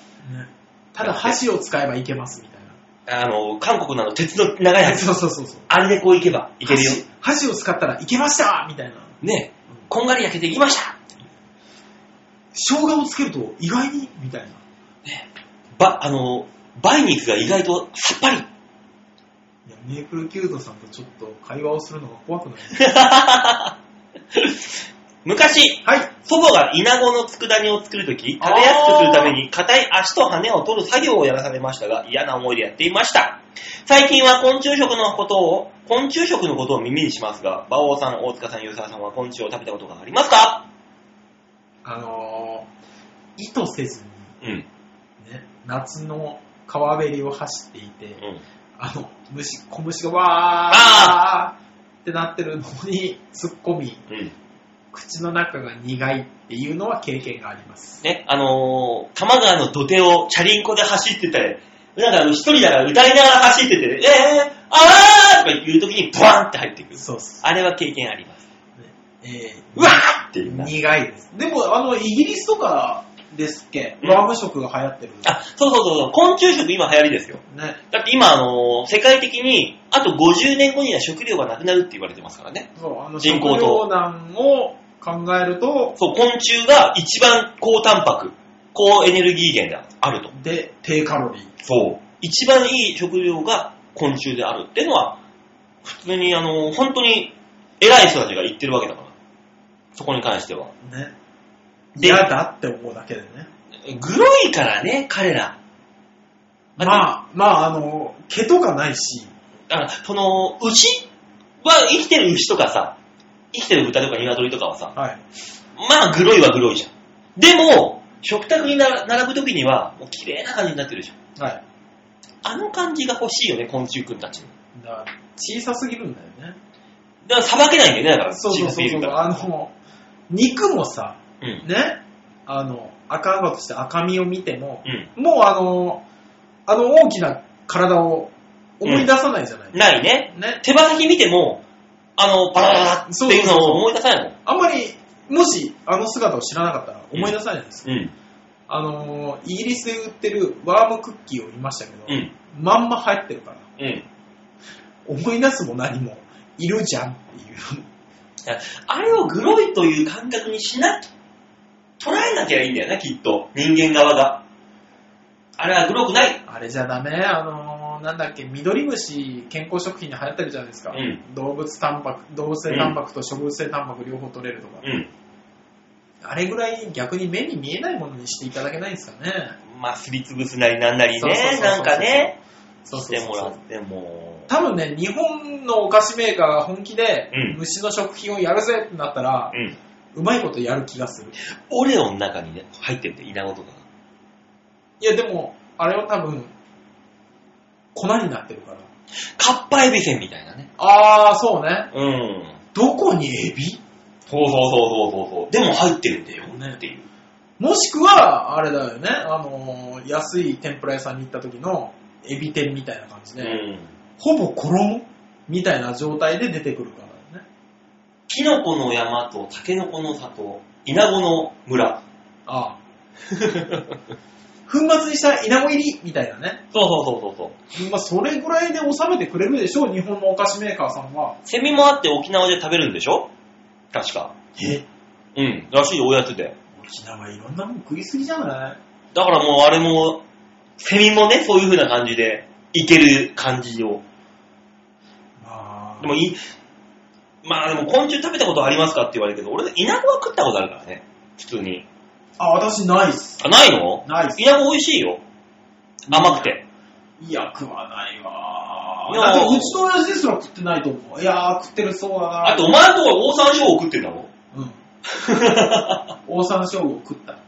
ただ箸を使えばいけますみたいな。
あの、韓国のあの鉄の長いやつ。
そうそうそうそう。
あれでこう行けばいけるよ。
箸箸を使ったらいけましたみたいな。
ねえ、こんがり焼けていきました。
生姜をつけると意外にみたいな。い
ば、あの、梅肉が意外とさっぱり。
や、メープルキュートさんとちょっと会話をするのが怖くなる。
昔、
はい。
祖母がイナゴの佃煮を作るとき、食べやすくするために硬い足と羽を取る作業をやらされましたが、嫌な思いでやっていました。最近は昆虫食のことを、昆虫食のことを耳にしますが、馬王さん、大塚さん、吉沢さんは昆虫を食べたことがありますか
あのー、意図せず
うん。
に、ね、夏の川べりを走っていて、
うん。
あの、虫、小虫がわーってなってるのに突っ込み、
うん。
口の中が苦いっていうのは経験があります。
ね、あのー、多摩川の土手をチャリンコで走ってて、なんかあの一人だから歌いながら走ってて、えぇ、あーとか言う時にブワンって入ってくる。
そうっす。
あれは経験あります。
えー
うわーっていうな。
苦いです。でも、あの、イギリスとかですっけ、
うん
ワーム食が流行ってる。
あ、そうそうそうそう、昆虫食今流行りですよ。
ね。
だって今、あのー世界的に、あと50年後には食料がなくなるって言われてますからね。
そう、あの、
人
人
工
工
糖
と。難を考えると、
そう、昆虫が一番高タンパク、高エネルギー源であると。
で、低カロリー。
そう。一番いい食料が昆虫であるっていうのは、普通にあの、本当に偉い人たちが言ってるわけだから。そこに関しては。
ね。
で
嫌だって思うだけでね。
グロいからね、彼ら。あ
まあ、まあ、あの、毛とかないし、
と。だから、その、牛は生きてる牛とかさ、生きてる豚とか鶏とかはさ、
はい。
まあ、グロいはグロいじゃん。でも、食卓にな並ぶ時には、もう綺麗な感じになってるじゃん。
はい。
あの感じが欲しいよね、昆虫くんたち。
だから小さすぎるんだよね。
だから、さばけないんだよね、だから、
そうそうそう
小さすぎ
そう。
るから
あの、肉もさ、
うん。
ね、あの、赤々として赤身を見ても、
う
もうあの、あの大きな体を思い出さないじゃない、
ん。ないね。
ね。
手羽先見ても、あの、バラバラっていうのを思い出さないもん。
あんまり、もしあの姿を知らなかったら思い出さないじゃないですか。
うん。
あの、イギリスで売ってるワームクッキーを見ましたけど、
うん。
まんま入ってるから、
うん。
思い出すも何も、いるじゃんっていう。
あれをグロいという感覚にしなき、捉えなきゃいいんだよな、きっと。人間側が。あれはグロくない。
あれじゃダメあのーなんだっけ、緑虫、健康食品に流行ってるじゃないですか。
うん
動物タンパク、動物性タンパクと植物性タンパク両方取れるとか。
うん。
あれぐらい逆に目に見えないものにしていただけないですかね。
まあ、すりつぶすなりなんなり
そうそうそう
ね
そ、う
なんかね、
そう
し
そう
ても
そう
ら
そ
っ
う
ても。
多分ね、日本のお菓子メーカーが本気で
うん、
虫の食品をやるぜってなったら、
うん。
うまいことやる気がする。
オレオの中にね、入ってるんだよ、イナゴとかが。
いや、でも、あれは多分、粉になってるから。
カッパエビせんみたいなね。
あー、そうね。
うん。
どこにエビ
そうそうそうそうそうそう。でも入ってるんだよ、ね、っていう。
もしくは、あれだよね、あのー安い天ぷら屋さんに行った時のエビ天みたいな感じ
う
で、
ん。
ほぼ衣みたいな状態で出てくるからね。
キノコの山とタケノコの里、イナゴの村。
ああ。粉末にした稲子入りみたいなね。
そうそうそうそうそう。
まあ、それぐらいで収めてくれるでしょう、日本のお菓子メーカーさんは。
セミもあって沖縄で食べるんでしょ確か。
え
うん。らしいよおやつで。
沖縄いろんなもん食いすぎじゃない
だからもうあれも、セミもね、そういう風な感じで、いける感じを。
まあ、
でもい、まあでも昆虫食べたことありますかって言われるけど、俺、イナゴは食ったことあるからね。普通に。
あ、私ないっす。
あ、ないの
ないっす。
イナゴ美味しいよ。甘くて。
いや、食わないわ
いや
だって、うちの親父ですら食ってないと思う。いやー、食ってるそうだな
あと、お前のところオオサンショウウオ食ってんだもん。
うん。大山椒魚を食った。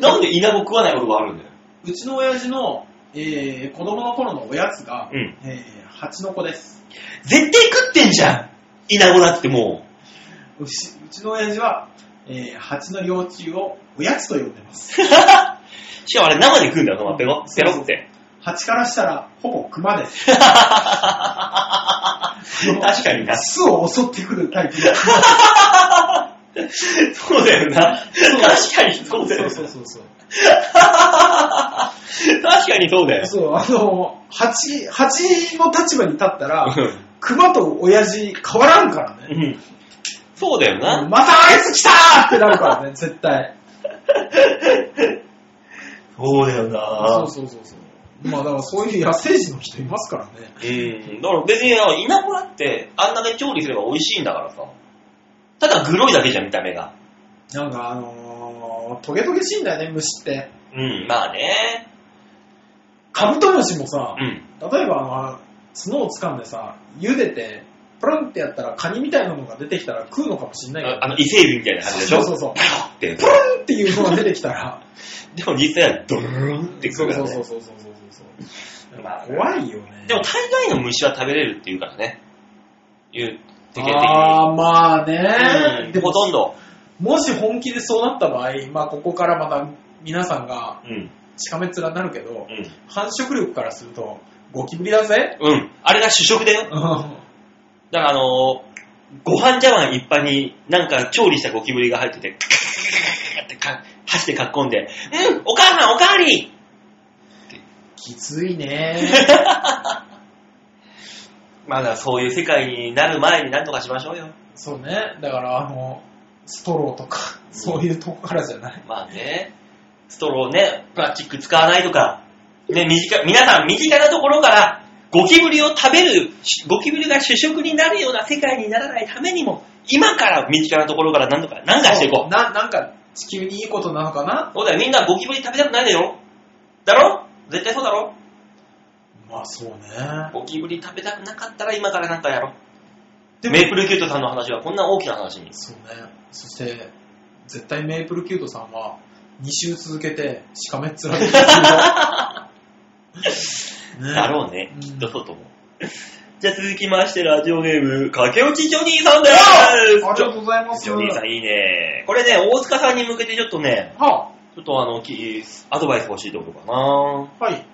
なんでイナゴ食わないことがあるんだよ。
うちの親父の、えー、子供の頃のおやつが、
うん
えー、蜂の子です。
絶対食ってんじゃんイナゴだっても
うちうちの親父は、えー、蜂の幼虫をおやつと呼んでます。
う。しかもあれ生で食うんだよ、止まってこ。ペロって。
蜂からしたら、ほぼ熊です。
確かにな。
巣を襲ってくるタ イプで
そうだよな。確かにそうだよな。
そうそうそうそう。
確かにそうだよ。
そう、あの、蜂、蜂の立場に立っ たら、熊と親父変わらんからね。
うんそうだよな。
またあいつ来たーってなるからね、絶対。
そうだよ
そうそうそうそう。まあだからそういう野生児の人いますからね。
うん。だから別に、イナゴだって、あんだけ調理すれば美味しいんだからさ。ただグロいだけじゃん、見た目が。
なんかあのー、トゲトゲしいんだよね、虫って。
うん、まあね。
カブトムシもさ
う、ん。
例えばあの、角を掴んでさ、茹でて、プルンってやったらカニみたいなのが出てきたら食うのかもしんないけど
あ、あの、伊勢海老みたいな感じでしょ
そうそうそう
パロ って
プ。ルンっていうのが出てきたら、
でも実際はドルーンってく
そう
るか
そ
ら
うそう
ね。
そうそうそうそう。
まあね
怖いよね。
でも大概の虫は食べれるっていうからね。いう、世間的に。
ああ、まあね。
うん
でも
ほとんど。
もし本気でそうなった場合、まあここからまた皆さんが
うん。
しかめっ面になるけど
う、ん。
繁殖力からすると、ゴキブリだぜ。
うん。あれが主食だよ。
う
だからあのーご飯茶碗いっぱいになんか調理したゴキブリが入ってて、クーってか箸でかっこんで、うん、お母さんおかわり
きついね。
まあだからそういう世界になる前に何とかしましょうよ。
そうね。だから、あの、ストローとか、そういうとこからじゃない。
まあね、ストローね、プラスチック使わないとか、ね、身近、皆さん身近なところから、ゴキブリを食べる、しゴキブリが主食になるような世界にならないためにも、今から身近なところから何とか、何かしていこう。
な、なんか、地球にいいことなのかな
そうだよ、みんなゴキブリ食べたくないだよ。だろ絶対そうだろ
まあ、そうね。
ゴキブリ食べたくなかったら今からなんかやろ
で
う。
も
メイプルキュートさんの話はこんな大きな話に。
そうね。そして、絶対メイプルキュートさんは、2週続けて、しかめっ面でね
だろうね。
うん
きっとそうと 思う。じゃあ続きまして、ラジオネーム、駆け落ちジョニーさんで
ありが
す
とうございます。
ジョニーさんいいね。これね、大塚さんに向けてちょっとね、
は
ちょっとあの、きアドバイス欲しいところかな。
あ、はい。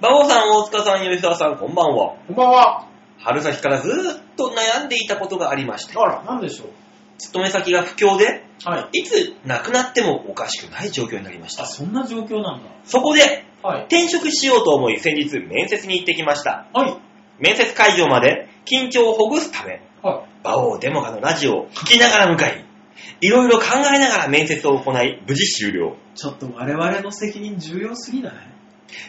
馬王さん、大塚さん、吉沢さん、こんばんは。
こんばんは。
春先からずーっと悩んでいたことがありました。
あら、なんでしょう。
勤め先が不況で、
はい。
いつ亡くなってもおかしくない状況になりました。
そんな状況なんだ。
そこで、
はい。
転職しようと思い、先日面接に行ってきました。
はい。
面接会場まで緊張をほぐすため、
は
馬王デモカのラジオを聞きながら向かい、いろいろ考えながら面接を行い、無事終了。
い。ちょっと我々の責任重要すぎない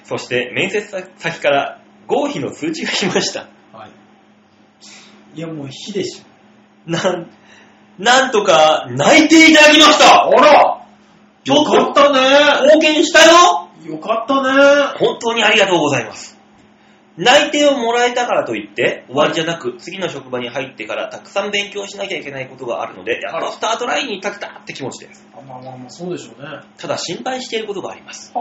そして面接先から合否の通知が来ました。
はい。いや、もう火でしょ。
なん、なんとか泣いていただきました
ら
ちょっと
よかったね
貢献したよ
よかったね
本当にありがとうございます。内定をもらえたからといって、終わりじゃなく、次の職場に入ってからたくさん勉強しなきゃいけないことがあるので、やっとスタートラインに立てたって気持ちです。
あまあまあまあ、そうでしょうね。は
ただ心配していることがあります。
あ。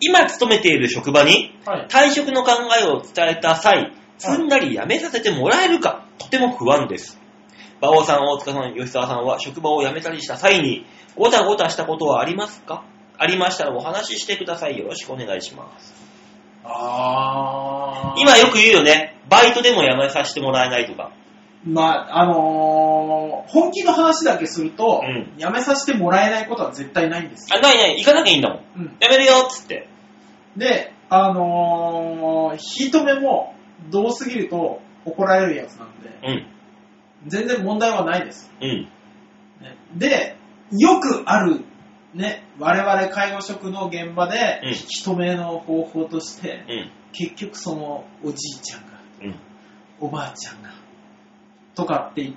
今勤めている職場に
はい。
退職の考えを伝えた際、すんなり辞めさせてもらえるか、とても不安です。馬王さん、大塚さん、吉沢さんは職場を辞めたりした際に、ごたごたしたことはありますかありましたらお話ししてください。よろしくお願いします。
あー。
今よく言うよね。バイトでも辞めさせてもらえないとか。
まあ、あのー、本気の話だけすると、
うん
やめさせてもらえないことは絶対ないんですよ。
あ、ないない、行かなきゃいいんだもん。
うん、
辞めるよ、っつって。
で、あのー、引き止めも、どうすぎると怒られるやつなんで、
うん、
全然問題はないです。
うん、
ねで、よくある、ね、我々介護職の現場で
うん、
引き止めの方法として、
うん、
結局そのおじいちゃんが、
うん、
おばあちゃんが、とかって言っ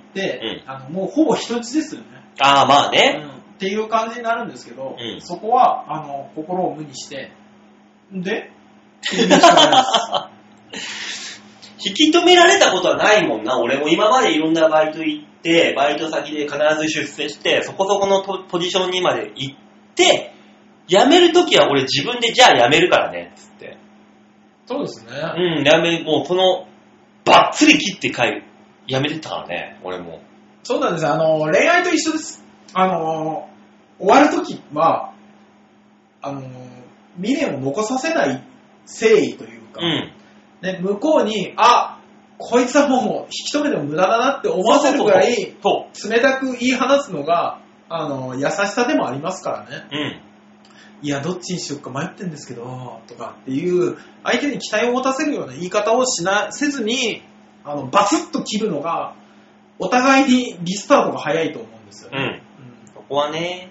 う
て、あのもうほぼ人質ですよね。
ああ、まあね。
うんっていう感じになるんですけど、
うん
そこはあの心を無にして、 でっていうしかない
引き止められたことはないもんな。俺も今までいろんなバイト行って、バイト先で必ず出世して、そこそこのポポジションにまで行って、辞めるときは俺自分でじゃあ辞めるからね、つって。
です。そうですね。
うん、辞め、もうこの、バッツリ切って帰る。辞めてったからね、俺も。
そうなんです。あの恋愛と一緒です。あの終わるときは、あの未練を残させない誠意というか、
うん。
ね、向こうに、あこいつはもう引き止めても無駄だなって思わせるぐらい
そ
冷たく言い放つのが、あの優しさでもありますからね。
う。うん。
いや、どっちにしようか迷ってんですけど、とかっていう、相手に期待を持たせるような言い方をしな、せずに、あの、バツッと切るのが、お互いにリスタートが早いと思うんですよ
う
ね。
ん。
うん
そこはね、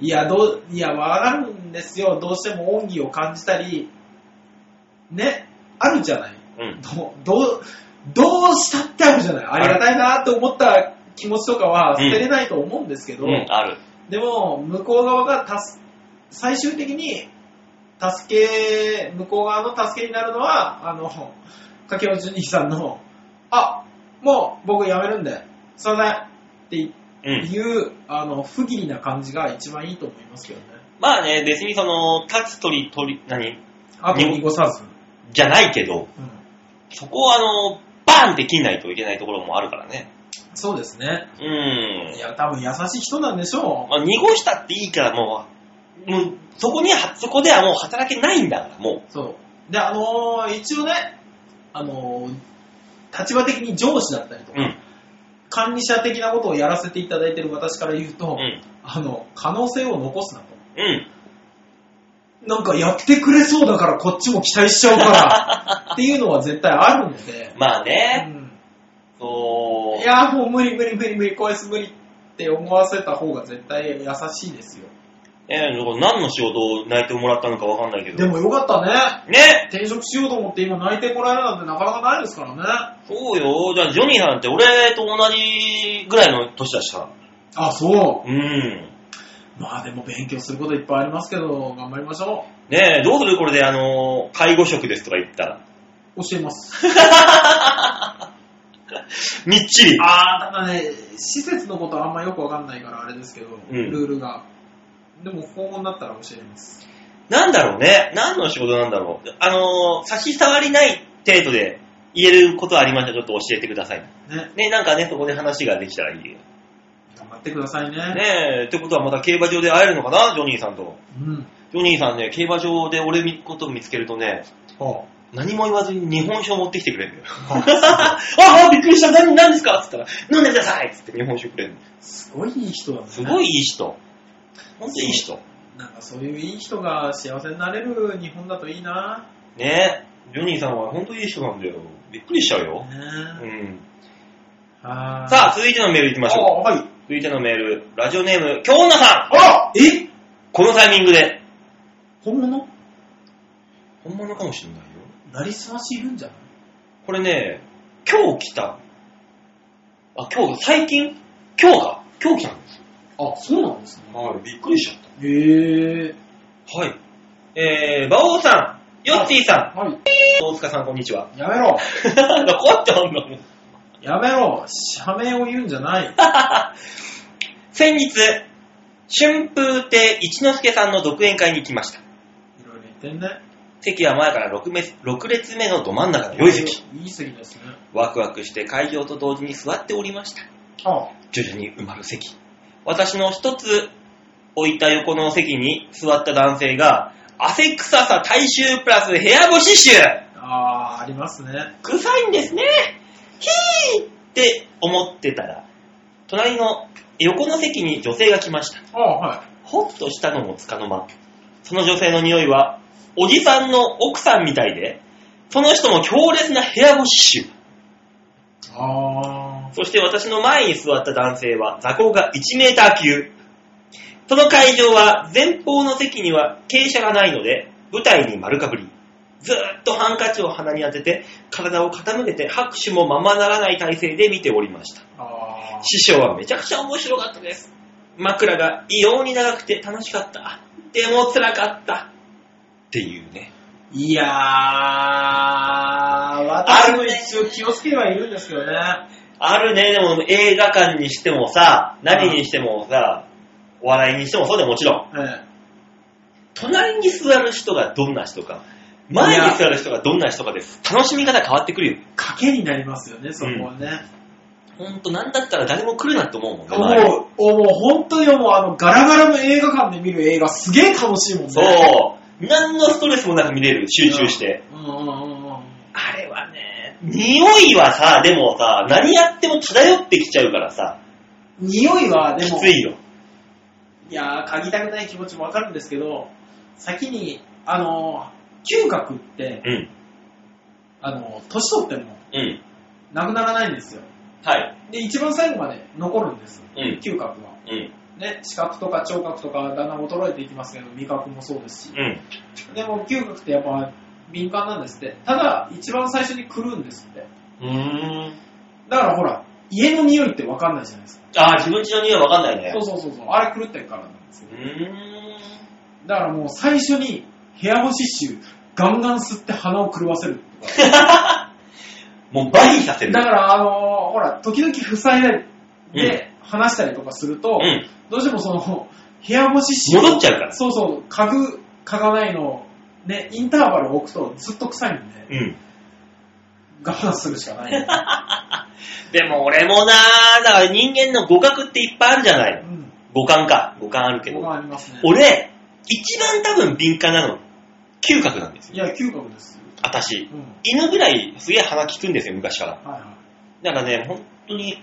いや、どう、いや、わかるんですよ。どうしても恩義を感じたり、ね、あるじゃない。
うん。
どう、どう、どうしたってあるじゃない。ありがたいなって思った気持ちとかは捨てれないと思うんですけど、
うん、ある。
でも、向こう側がたす最終的に助け、向こう側の助けになるのは、あの、かけおじゅにさんの、あ、もう僕辞めるんで、すいませんっていう
うん。
いう、あの、不義理な感じが一番いいと思いますけどね。
まあね、別にその、立つ鳥、鳥、何
あと濁さず。
じゃないけど、
うん、
そこはあの、バーンって切んないといけないところもあるからね。
そうですね。
うん
い。や、多分優しい人なんでしょ
まあ、濁したっていいからもう、もうそこには、そこではもう働けないんだから、も
う。そう。で、あのー一応ね、あのー立場的に上司だったりと
う。う
か、
ん。
管理者的なことをやらせていただいてる私から言うと、
うん。
あの、可能性を残すなと。
うん。
なんかやってくれそうだからこっちも期待しちゃ うから、っていうのは絶対あるので、
まあ
う
ね、
ん
そう。
いやーもう無理無理無理無理、こいつ無理って思わせた方が絶対優しいですよ。
えー何の仕事を泣いてもらったのかわかんないけど。
でもよかったね。
ね
転職しようと思って今泣いてこられるなんてなかなかないですからね。
そうよ。じゃあ、ジョニーなんて俺と同じぐらいの年だしさ。
あ、そ
うん。
う。まあでも勉強することいっぱいありますけど、頑張りましょ
ねえ、どうするこれで、あの、介護職ですとか言ったら。
う。教えます。
みっちり。
あー、ただね、施設のことはあんまよくわかんないからあれですけど、
うん
ルールが。でも訪問だったら教えます。
なんだろうね。何の仕事なんだろう。あのー、差し障りない程度で言えることありましたらちょっと教えてください。
ね、
ね、なんかね、そこで話ができたらいいよ。
頑張ってくださいね。
ねえ、ってことはまた競馬場で会えるのかな、ジョニーさんと。
うん。
ジョニーさんね、競馬場で俺見ことを見つけるとね、
ほ
何も言わずに日本酒を持ってきてくれるんだよ。あ あ、びっくりした、何、何ですかっつったら、飲んでくださいっつって日本酒くれるの
うすごいいい人だね。
すごいいい人。ほんといい人。
なんかそういういい人が幸せになれる日本だといいな。
ねえ、ジョニーさんはほんといい人なんだよ。びっくりしちゃうよ。う
ね
ん。
あ
さ
あ、
あ、続いてのメール行きましょう。
はい。
続いてのメール、ラジオネーム、京女さん
あえ
このタイミングで。
本物
本物かもしれないよ。
なりすましいるんじゃない
これね、今日来た。あ、今日、最近今日か。今日来たんです。
あ、そうなんですね。
はい、びっくりしちゃっ
へえ。
た。はい。えー、馬王さん、ヨッティさ
はい。
ん、大塚さん、こんにちは。
やめろ。
残ってあんの
やめろ。社名を言うんじゃない。
先日、春風亭一之輔さんの独演会に来ました。
いろいろ言ってんね。
席は前から 6, 列6列目のど真ん中の良い席。。
いい席ですね。
ワクワクして会場と同時に座っておりました。
ああ。
徐々に埋まる席。私の一つ置いた横の席に座った男性が、汗臭さ大臭プラス部屋干し臭
ああ、ありますね。
臭いんですねヒーって思ってたら、隣の横の席に女性が来ました。
ああ、はい。
ほっとしたのもつかの間。その女性の匂いは、おじさんの奥さんみたいで、その人も強烈な部屋干し臭。
あ
そして私の前に座った男性は座高が1メーター級。その会場は前方の席には傾斜がないので、舞台に丸かぶり。ずーっとハンカチを鼻に当てて、体を傾けて拍手もままならない体勢で見ておりました。
あ。ああ。
師匠はめちゃくちゃ面白かったです。枕が異様に長くて楽しかった。でも辛かった。っていうね。
いやー、私も一応気をつければいるんですけどね。
あるね、でも映画館にしてもさ、何にしてもさ、お笑いにしてもそうでもちろん。
え
隣に座る人がどんな人か、前に座る人がどんな人かです。楽しみ方変わってくるよ
え。賭けになりますよね、そこはね。
ほんと、なんだったら誰も来るなって思うもんね。
も
周り
う、おもう本当にもうあの、ガラガラの映画館で見る映画すげえ楽しいもんね。
そう。何のストレスもなく見れる、集中して。
うん。うんうんうんうん。
あれはね、匂いはさ、でもさ、何やっても漂ってきちゃうからさ、
匂いは、で
き
も、
ついよ。
いやー、嗅ぎたくない気持ちもわかるんですけど、先に、あのー、嗅覚って、
うん。
あのー、年取っても、
うん。
なくならないんですよ。
はい。
で、一番最後まで残るんです。
うん。
嗅覚は。
うん。
ね、視覚とか聴覚とかだんだん衰えていきますけど、味覚もそうですし。
うん。
でも、嗅覚ってやっぱ敏感なんですって。ただ、一番最初に来るんですって。
うーん。
だからほら、家の匂いってわかんないじゃないですか。
あー、自分ちの匂いわかんないね
そ。うそうそうそう。あれ狂ってるからなんですよ
う。ー
だからもう最初に部屋干し臭、ガンガン吸って鼻を狂わせるとか。
ん。もうバリさせる。
だから、あのーほら、時々塞いだりで話したりとかすると、
うん。
どうしてもその、部屋干し臭。
戻っちゃうから。
そうそう、嗅ぐ、嗅がないのを、ね、インターバルを置くとずっと臭いんで、
うん。
我慢するしかない。
でも俺もなぁ、だから人間の互角っていっぱいあるじゃな
う
い
ん。
五感か。五感あるけ
僕
ど。
はありますね。
俺、一番多分敏感なの、嗅覚なんですよ。
いや、嗅覚ですよ。
私。
うん。
犬ぐらいすげえ鼻効くんですよ、昔から。
はいはい。
だからね、本当に、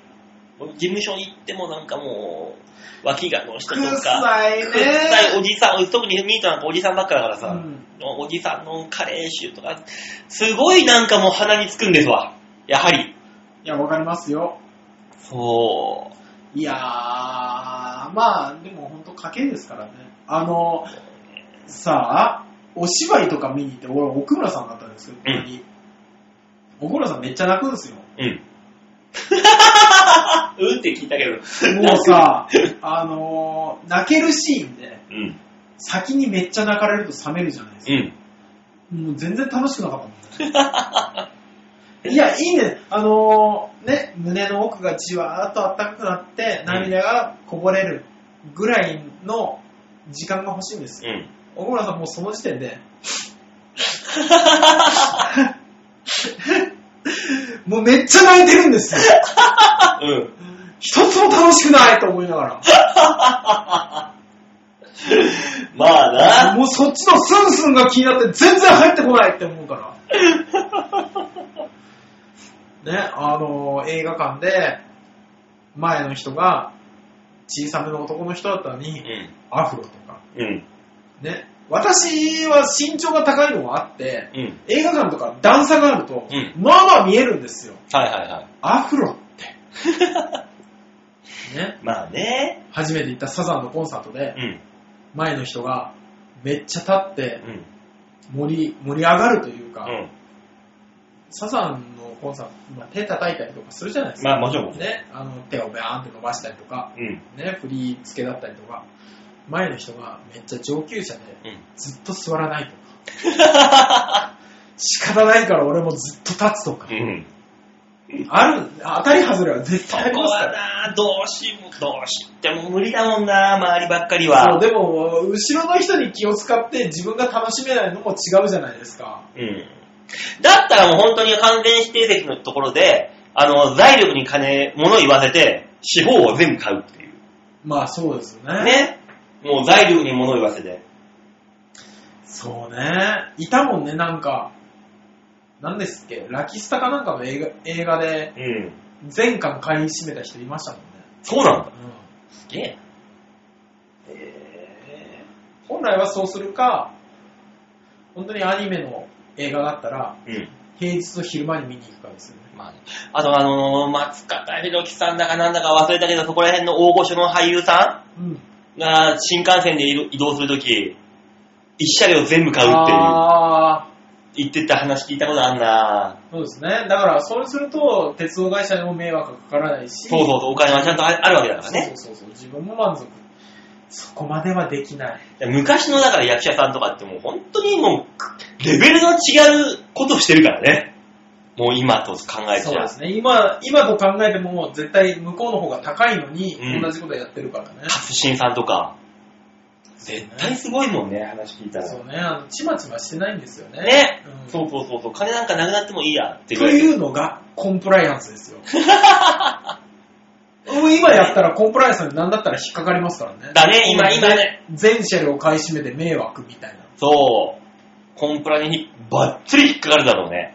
事務所に行ってもなんかもう、脇がの人とか、
臭いね。
くっさいおじさん、特にミートなんかおじさんばっかだから
う
さ、
ん。
おじさんのカレー臭とか、すごいなんかもう鼻につくんですわ。やはり。
いや、わかりますよ。
そう。
いやー、まあ、でも本当賭けですからね。あの、さあ、お芝居とか見に行って、俺、奥村さんだったんですけど、ここに。奥村さんめっちゃ泣くんですよ。
うん。うんって聞いたけど。
もうさ、あのー、泣けるシーンで、
うん。
先にめっちゃ泣かれると冷めるじゃないです
う
か。
ん。
もう全然楽しくなかったもんね。いや、いいね。あのーね、胸の奥がじわーっと暖かくなって、涙がこぼれるぐらいの時間が欲しいんですよ。
うん。
小倉さんもうその時点で、 もうめっちゃ泣いてるんですよ。
うん。
一つも楽しくないと思いなが
ま
ら。
あな。
もうそっちのスンスンが気になって全然入ってこないって思うから。ね、あの映画館で、前の人が、小さめの男の人だったの
う
に、
ん。
アフロとか、
うん。
ね。私は身長が高いのもあって、
うん。
映画館とか段差があると、
うん
まあまあ見えるんですよ。
はいはいはい。
アフ ロって。ね。
まあね。
初めて行ったサザンのコンサートで
う、ん。
前の人がめっちゃ立って
うん。
盛り盛り上がるというか、
うん。
サザンのコンサート、まあ手叩いたりとかするじゃないですか。
まあもちろんもちろん。
ね、あの手をバーンって伸ばしたりとか、
うん。
ね、振り付けだったりとか、前の人がめっちゃ上級者で
うん。
ずっと座らないとか、 仕方ないから俺もずっと立つとか、
うん。
ある、当たり外れは絶
そ
対あり
こ
ますか
は
ら。
な、どうしも、どうしても無理だもんな、周りばっかり
そう
は。
でも、後ろの人に気を使って自分が楽しめないのも違うじゃないですか。
うん。だったらもう本当に完全指定席のところで、あの、財力に金、物言わせて、四方を全部買うっていう。
まあそうですよね。
ね。もう財力に物言わせて。
そうね。いたもんね、なんか。なんですっけラキスタかなんかの映画映画で
うん。
全巻買い占めた人いましたもんね。
そうなんだ。
うん
すげえ。
本来はそうするか、本当にアニメの映画だったら、
うん。
平日の昼間に見に行くかですよね。
まあ、あとあのー松方弘樹さんだかなんだか忘れたけど、そこら辺の大御所の俳優さ
うん。
んが新幹線で移動移動するとき、一車両全部買うっていう、
あ
言ってた話聞いたことあんな
ー、そうですね。だから、そうすると、鉄道会社にも迷惑がかからないし、
そうそうそう、お金はちゃんとああるわけだから
そ
ね
う。そうそう、自分も満足。そこまではできない。
昔のだから役者さんとかってもう本当にもう、レベルの違うことをしてるからね。もう今と考え
そう
ちゃ
ですね。今、今と考えても絶対向こうの方が高いのに
うん
同じことやってるからね。
勝新さんとか、
絶
絶対すごいもんね、話聞いたら。
そうね。あのちまちましてないんですよね。
ね、
うん
そうそうそうそう、金なんかなくなってもいいやっていうぐ
と
らい。
いうのがコンプライアンスです よ。もう今やったらコンプライアンスに何だったら引っかかりますからね。
だね、今、今ね。
全車両買い占めて迷惑みたいな。
そう。コンプラにバッツリ引っかかるだろうね。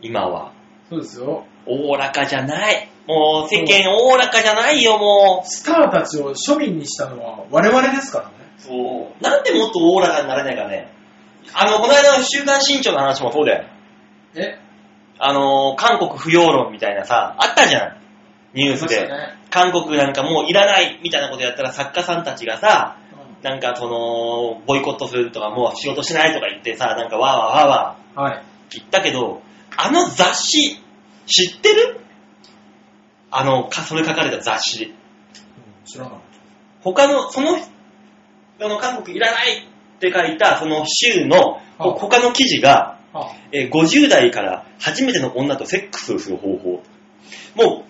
今は。
そうですよ。
おおらかじゃない。もう世間おおらかじゃないよ、も
スターたちを庶民にしたのは我々ですからね。
う。そう。なんでもっとおおらかになれないかね。あの、この間の週刊新潮の話もそうだよ。
え
あの、韓国不要論みたいなさ、あったじゃん。ニュースで。
ね。
韓国なんかもういらないみたいなことやったら作家さんたちがさ、
う
なんかその、ボイコットするとかもう仕事しないとか言ってさ、なんかわーわーわーわー。
んはい。
言ったけど、あの雑誌、知ってるあの、か、それ書かれた雑誌。
うん知らなかった。
他の、その、あの、韓国いらないって書いた、その週の、
あ
他の記事が、
はあ
えー50代から初めての女とセックスをする方法。もう、ほぼ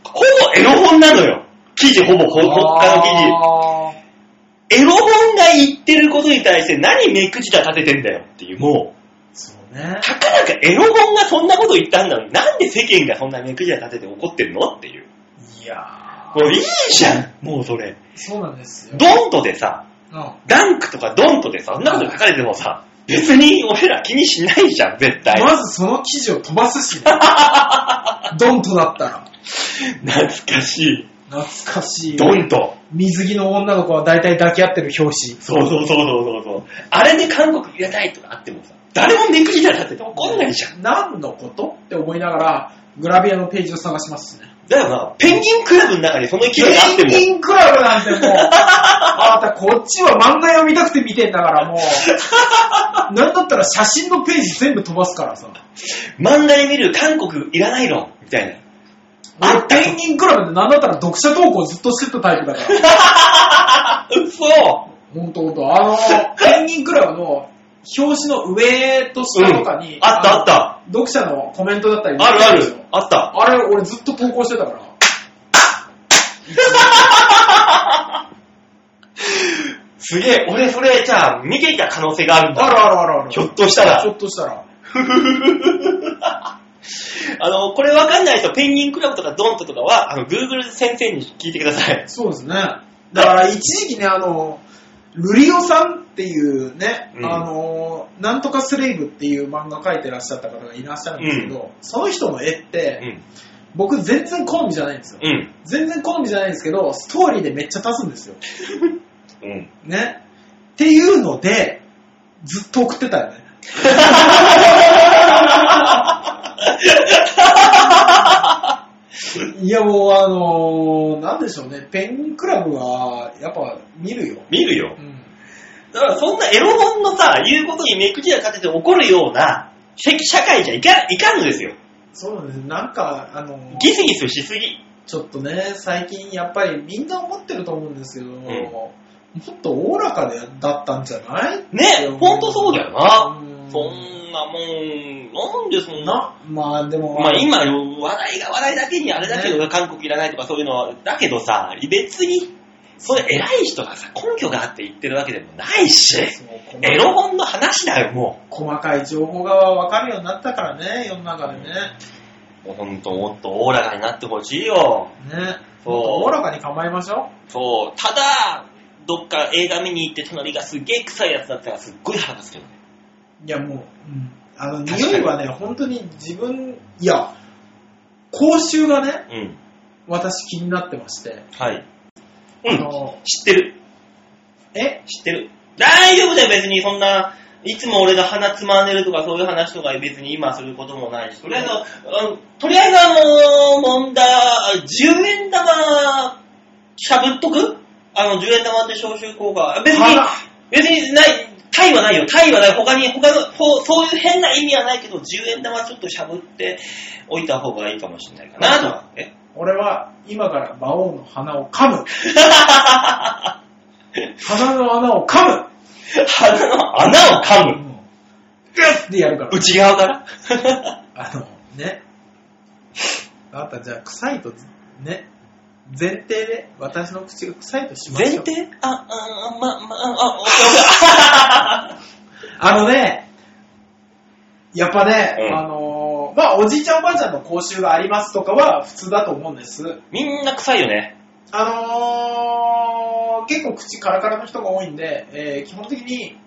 エロ本なのよ。記事ほぼ、ほ他の記事。
あー
エロ本が言ってることに対して何目くじら立ててんだよっていう、もう。
そうね。
たかだかエロ本がそんなこと言ったんだのに、なんで世間がそんな目くじら立てて怒ってんのっていう。
いや
もういいじゃんもうそれ。
ー、そうなんですよ。
ドンとでさ、
うん
ダンクとかドンとでさ、そんなこと書かれてもさ、別に俺ら気にしないじゃん、絶対。
まずその記事を飛ばす しね。ドンとだったら。
懐かし
懐かし
い。
い。
ドンと。
水着の女の子は大体抱き合ってる表紙。
そうそうそうそうそうそう。あれで韓国いらないとかあってもさ、誰も目くじら立てて怒んないじゃん。
何のことって思いながら、グラビアのページを探しますしね。
だよな、ペンギンクラブの中にその記事があって
ペン
も、
ギンクラブな んてもう、あなたこっちは漫画読みたくて見てんだからもう、 なんだったら写真のページ全部飛ばすからさ。
漫画で見る韓国いらない論、みたいな。あっ
俺
た
ペンギンクラブでなんだったら読者投稿ずっとしてたタイプだから。
あ、嘘
ほんとほんと。あ の、ペンギンクラブの表紙の上と下とかに、
うんあったあった
の読者のコメントだったり
あるある。あった。
あれ、俺ずっと投稿してたから。
すげえ、俺それ、じゃあ、見ていた可能性があるんだ。
あるあるあるある。
ひょっとしたら
ちょ。っとした ら。
あの、これわかんない人、ペンギンクラブとかドントとかは、あの、Google で先生に聞いてください。
そうですね。だから一時期ね、あの、ルリオさんっていうね、
うん
あの、なんとかスレイブっていう漫画描いてらっしゃった方がいらっしゃるんですけど、その人の絵っ
う
て、
ん。
僕全然好みじゃないんですよ。
うん。
全然好みじゃないんですけど、ストーリーでめっちゃ足すんですよ。
うん。
ね。っていうので、ずっと送ってたよ ね。いやもうあのーなんでしょうね、ペンギンクラブはやっぱ見るよ。
見るよ
う。ん、
だからそんなエロ本のさ、言うことに目くじら立てて怒るような、社社会じゃいかいかんのですよ。
そうなんですなんか、あのー
ギスギスしすぎ。
ちょっとね、最近やっぱりみんな思ってると思うんですけど、
ん
もっとおおらかでだったんじゃない
ね、ほんとそうだよな。
うん
そんなもん、なんでそんな。
な、まあでも、
まあ今、話題が話題だけにあれだけど、韓国いらないとかそういうのは、だけどさ、別に、それ偉い人がさ、根拠があって言ってるわけでもないし、
そう細かい
エロ本の話だよ、も
細かい情報が分かるようになったからね、世の中でね。
う。もうほんともっとおおらかになってほしいよ。
ね。
そう
もっとおおらかに構えましょ
そう、ただ、どっか映画見に行って隣がすげえ臭いやつだったらすっごい腹立つけどね。
う。いや、もう、うんあの、
確かに
匂いはね、本当に自分、いや、口臭がね、
うん。
私気になってまして。
はい。う
あ
ん、
の、
知ってる。
え
知ってる。大丈夫だよ、別にそんな、いつも俺が鼻つまんでるとかそういう話とか別に今することもないし、とりあえず、あのとりあえずあの、問題、10円玉、しゃぶっとくあの、10円玉って消臭効果。別に
あ、
別にない、タイはないよ、タイはない。他に、他の、ほそういう変な意味はないけど、10円玉ちょっとしゃぶっておいた方がいいかもしれないかな、とか。え
俺は今から魔王の鼻を噛む。鼻の穴を噛む。
鼻の穴を噛む。
もうグッてやるから。
内側 から。
あの、ね。あなた、じゃあ、臭いと、ね。前提で、私の口が臭いとしましょう。
前提あ、あ、あま、ま、あ、あ、
あのね、やっぱね、
うん
あのーまあ、おじいちゃんおばあちゃんの講習がありますとかは普通だと思うんです。
みんな臭いよね。
あのー結構口カラカラの人が多いんで、えー基本的に、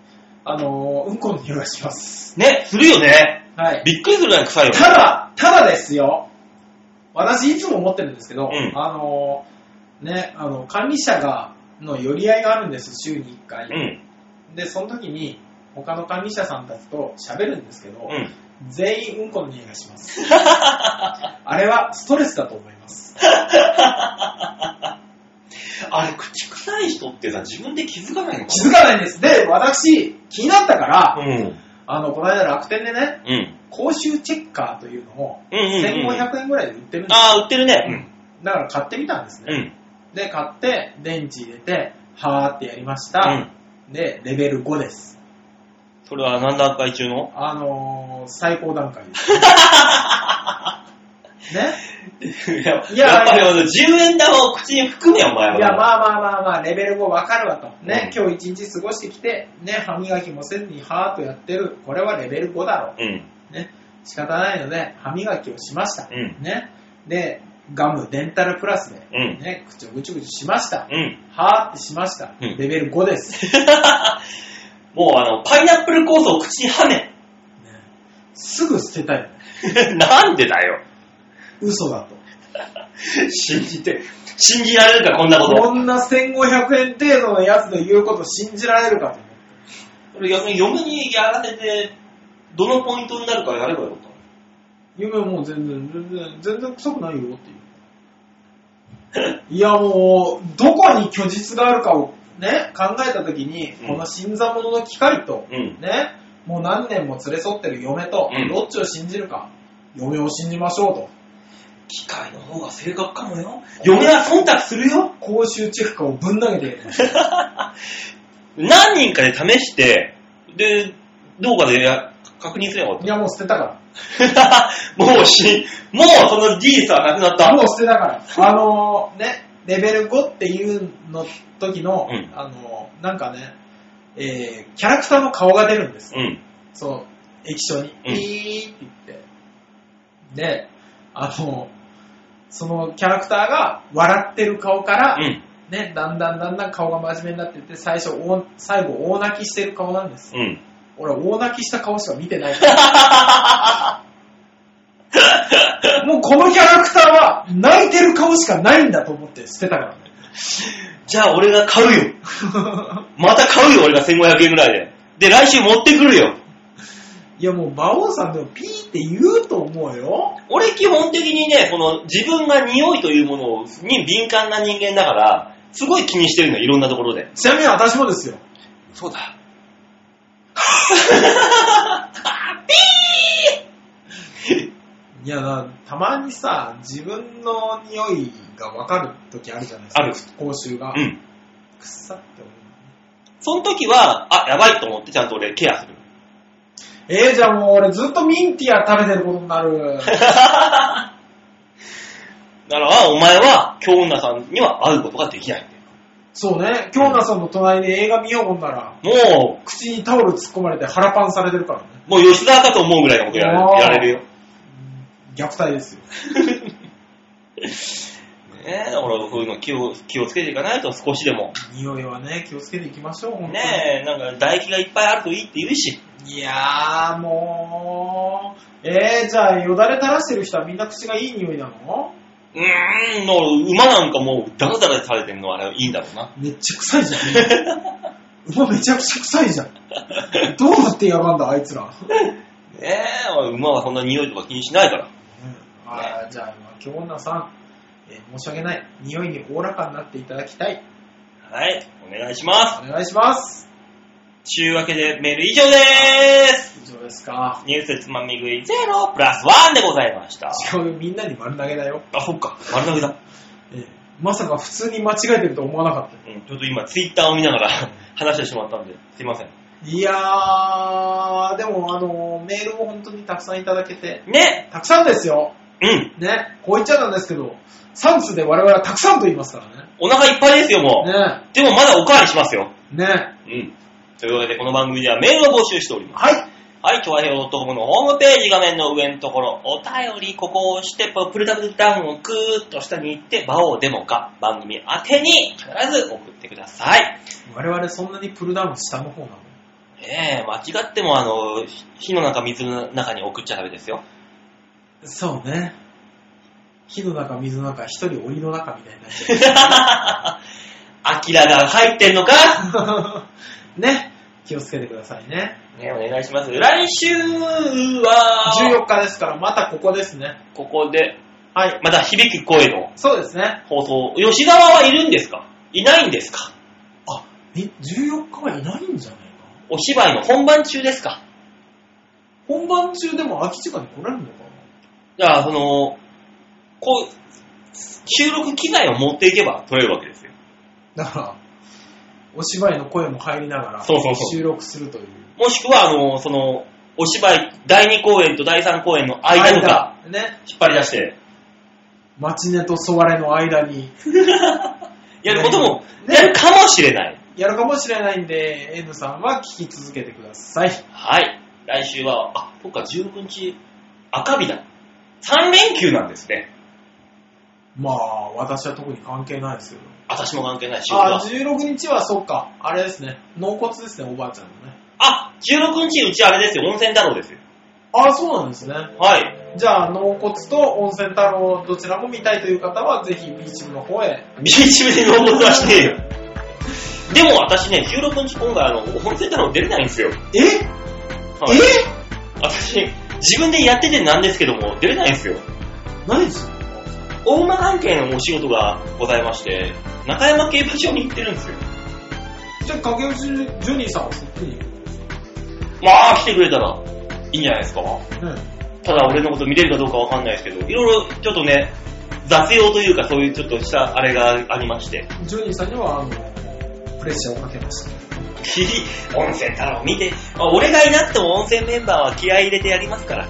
あのーうんこの匂いがします。
ね、するよね。
はい。
びっくりするぐらい臭いよね。
ただ、ただですよ。私いつも思ってるんですけど、
うん
あのーね、あの、管理者が、の寄り合いがあるんです、週に1回。
うん、
で、その時に、他の管理者さんたちと喋るんですけど、
うん。
全員うんこの匂いがし ます。あれはストレスだと思います。
あれ、口臭い人ってさ、自分で気づかないの
気づかないんです。で、私、気になったから、
うん。
あの、この間楽天でね、
うん。
口臭チェッカーというのを、
うんうんうんうん
1500円ぐらいで売ってるんです
あー、売ってるね。
だから買ってみたんです
うん。う
ね。
ん。
で、買って、電池入れて、はーってやりまし
う
た。
ん。
で、レベル5です。
それは何段階中の
あのー、最高段階です。ね
いや、
いや
やっぱりあの10円玉を口に含めよ、お前は。
いや、まあまあまあまあ、レベル5分かるわと。ね、
うん
今日一日過ごしてきて、ね、歯磨きもせずにはーっとやってる。これはレベル5だろ
うん。
う。ね、仕方ないので、歯磨きをしました。
うん
ね、で、ガム、デンタルプラスで、
うん
ね、口をぐちゅぐちゅしました。
うん。
はーってしました。
うん
レベル5です。
もうあの、パイナップルコースを口にはめ。
ねすぐ捨てたい。
なんでだよ。
嘘だと。
信じて、信じられるか、こんなこと。
こんな1500円程度のやつの言うこと信じられるかと思って。
俺逆に嫁にやらせて、どのポイントになるかやればよかったの。
夢はもう全然、全然、全然臭くないよっていう。いやもう、どこに虚実があるかをね、考えたときに、
うん
この新参者の機械と、
うん。
ね、もう何年も連れ添ってる嫁と、
うん
どっちを信じるか、嫁を信じましょうと。
機械の方が正確かもよ。嫁は忖度するよ。
公衆チェックをぶん投げてやりました、
何人かで試して、で、どうかでや確認すればよ
いやもう捨てたか
かった。もうし、もうその事実はなくなっ
ら。
た。
もう捨てた から。あのーね、レベル5っていうの時の、
うん
あのーなんかね、えーキャラクターの顔が出るんです。
うん。
その液晶に、
うん
ピーって言って、で、あの、そのキャラクターが笑ってる顔から、
うん。
ね、だんだんだんだん顔が真面目になってって、最初大、最後大泣きしてる顔なんです。
うん。
俺大泣きした顔しか見て ないから。もうこのキャラクターは泣いてる顔しかないんだと思って捨てたからね。
じゃあ俺が買うよ。また買うよ、俺が1500円ぐらいで。で、来週持ってくるよ。
いやもう馬王さんでもピーって言うと思うよ。
俺基本的にね、この自分が匂いというものに敏感な人間だから、すごい気にしてるのよ、いろんなところで。
ちなみに私もですよ。
そうだ。
いやな、たまにさ、自分の匂いがわかる時あるじゃないですか。
ある
口臭が。
うん。
くっさって思う。
その時は、あ、やばいと思ってちゃんと俺ケアする。
えー、じゃあもう俺ずっとミンティア食べてることになる。
だから、お前は、京女さんには会うことができないんだよ。
そうね、京奈さんの隣で映画見ようもんなら、
も
口にタオル突っ込まれて腹パンされてるからね。
う、もう吉沢かと思うぐらいのことや
あー
れやれるよ。
虐待ですよ。
ねえ、だからそういうの気を気をつけていかないと少しでも。
匂いはね、気をつけていきましょう、ほんと
ねえ、なんか唾液がいっぱいあるといいって言うし。
いやー、もう。えー、じゃあよだれ垂らしてる人はみんな口がいい匂いなの
うーん、だから馬なんかもうダラダラされてんのはあれいいんだろうな。
めっちゃ臭いじゃん。馬めちゃくちゃ臭いじゃん。どうなってやがんだ、あいつら。
ねえ、馬はそんな匂いとか気にしないから。
あーじゃあ、今日女さん、えー申し訳ない。匂いにおおらかになっていただきたい。
はい、お願いしま
お願いします。
す。というわけでメール以上でーす。
以上ですか。
ニュースつまみ食いゼロプラスワンでございました。
違うよ、みんなに丸投げだよ。
あ、そっか、丸投げだ。
ええまさか普通に間違えてると思わなかったよ。
うん、ちょっと今ツイッターを見ながら 話してしまったんで、すいません。
いやー、でもあのー、メールも本当にたくさんいただけて、
ね
たくさんですよ。
うん、
ね、こう言っちゃなんですけど、サンツで我々はたくさんと言いますからね。
お腹いっぱいですよ、もう。
ね、
でもまだおかわりしますよ。
ね、
うん。というわけで、この番組ではメールを募集しております。
はい、
はい、トワヘオ .com のホームページ画面の上のところ、お便り、ここを押して、プルダブルダウンをクーッと下に行って、場をデモか、番組宛てに必ず送ってください。
我々そんなにプルダウン下の方なの
ええ間違っても、あの、火の中、水の中に送っちゃダメですよ。
そうね。火の中、水の中、一人檻の中みたいになっち
アキラが入ってんのか
ゃう。ね、気をつけてくださいね。
ねお願いします。来週は、
14日ですから、またここですね。
ここで、
はい、
また響く声の
そうですね。
放送。吉沢はいるんですかいないんですか
あ、え、14日はいないんじゃないか
お芝居の本番中ですか
本番中でも空き時間に来れるのか
じゃあ、その、こう、収録機材を持っていけば撮れるわけですよ。
なだから、お芝居の声も入りながら
そうそうそう
収録するという。
もしくは、あの、その、お芝居、第2公演と第3公演の間とか、
間ね。
引っ張り出して、
待ち寝とソワレの間に
やることも、
ね
やるかもしれない。
やるかもしれないんで、N さんは聞き続けてください。
はい。来週は、あ、そっか、16日、赤日だ。3連休なんですね。
まあ、私は特に関係ないですけど。
私も関係ない仕事
あ、
は。
16日はそうか。あれですね。納骨ですね、おばあちゃんのね。
あ、16日、うちあれですよ、温泉太郎ですよ。
あ、そうなんですね。
はい。
じゃあ、納骨と温泉太郎どちらも見たいという方は、ぜひビーチ部の方へ
ビーチ部で納骨はしてえよ。でも私ね、16日今回あの、温泉太郎出れないんですよ。
え
はい私、自分でやっててなんですけども、出れないんですよ。
何する
大間関係のお仕事がございまして、中山競馬場に行ってるんですよ。
じゃあ、駆け落ちジュニーさんはそっちに行
まあ、来てくれたらいいんじゃないですか。
くね。
ただ俺のこと見れるかどうかわかんないですけど、いろいろちょっとね、雑用というかそういうちょっとしたあれがありまして、
ジュニーさんには、あの、プレッシャーをかけました。
ひひ温泉太郎見て、あ俺がいなくても温泉メンバーは気合い入れてやりますから。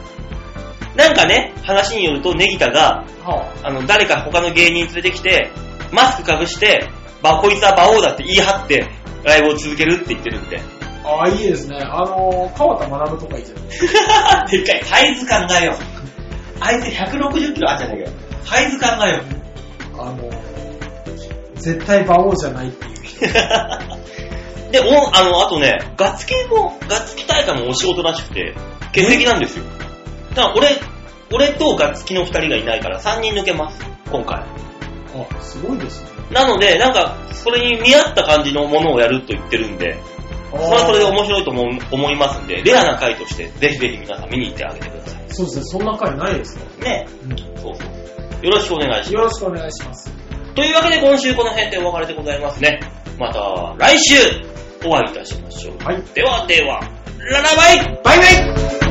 なんかね、話によるとネギタが、
は
あの、誰か他の芸人連れてきて、マスクかぶして、ば、こいつは馬王だって言い張って、ライブを続けるって言ってる んで。
あ、ああ、いいですね。あの、川田学とかいいじゃん。
でっかいサイズ感がよ。あいつ160キロあっちゃうんだけど、サイズ感がよ。
あの、絶対馬王じゃないっていう人。
で、お、あの、あとね、ガッツ系も、ガッツキ大会もお仕事らしくて、欠席なんですよ。だから俺、俺とガッツキの二人がいないから3人抜けます、今回。
あ、すごいですね。
なので、なんか、それに見合った感じのものをやると言ってるんで、
あー
それはそれで面白いと思う思いますんで、レアな回として、ぜひぜひ皆さん見に行ってあげてください。
そうですね、そんな回ないですね。
ね。
うん
そうそう。よろしくお願いします。
よろしくお願いします。
というわけで今週この辺でお別れでございますね。また来週お会いいたしましょう。
はい
ではでは、ララバイ
バイバイ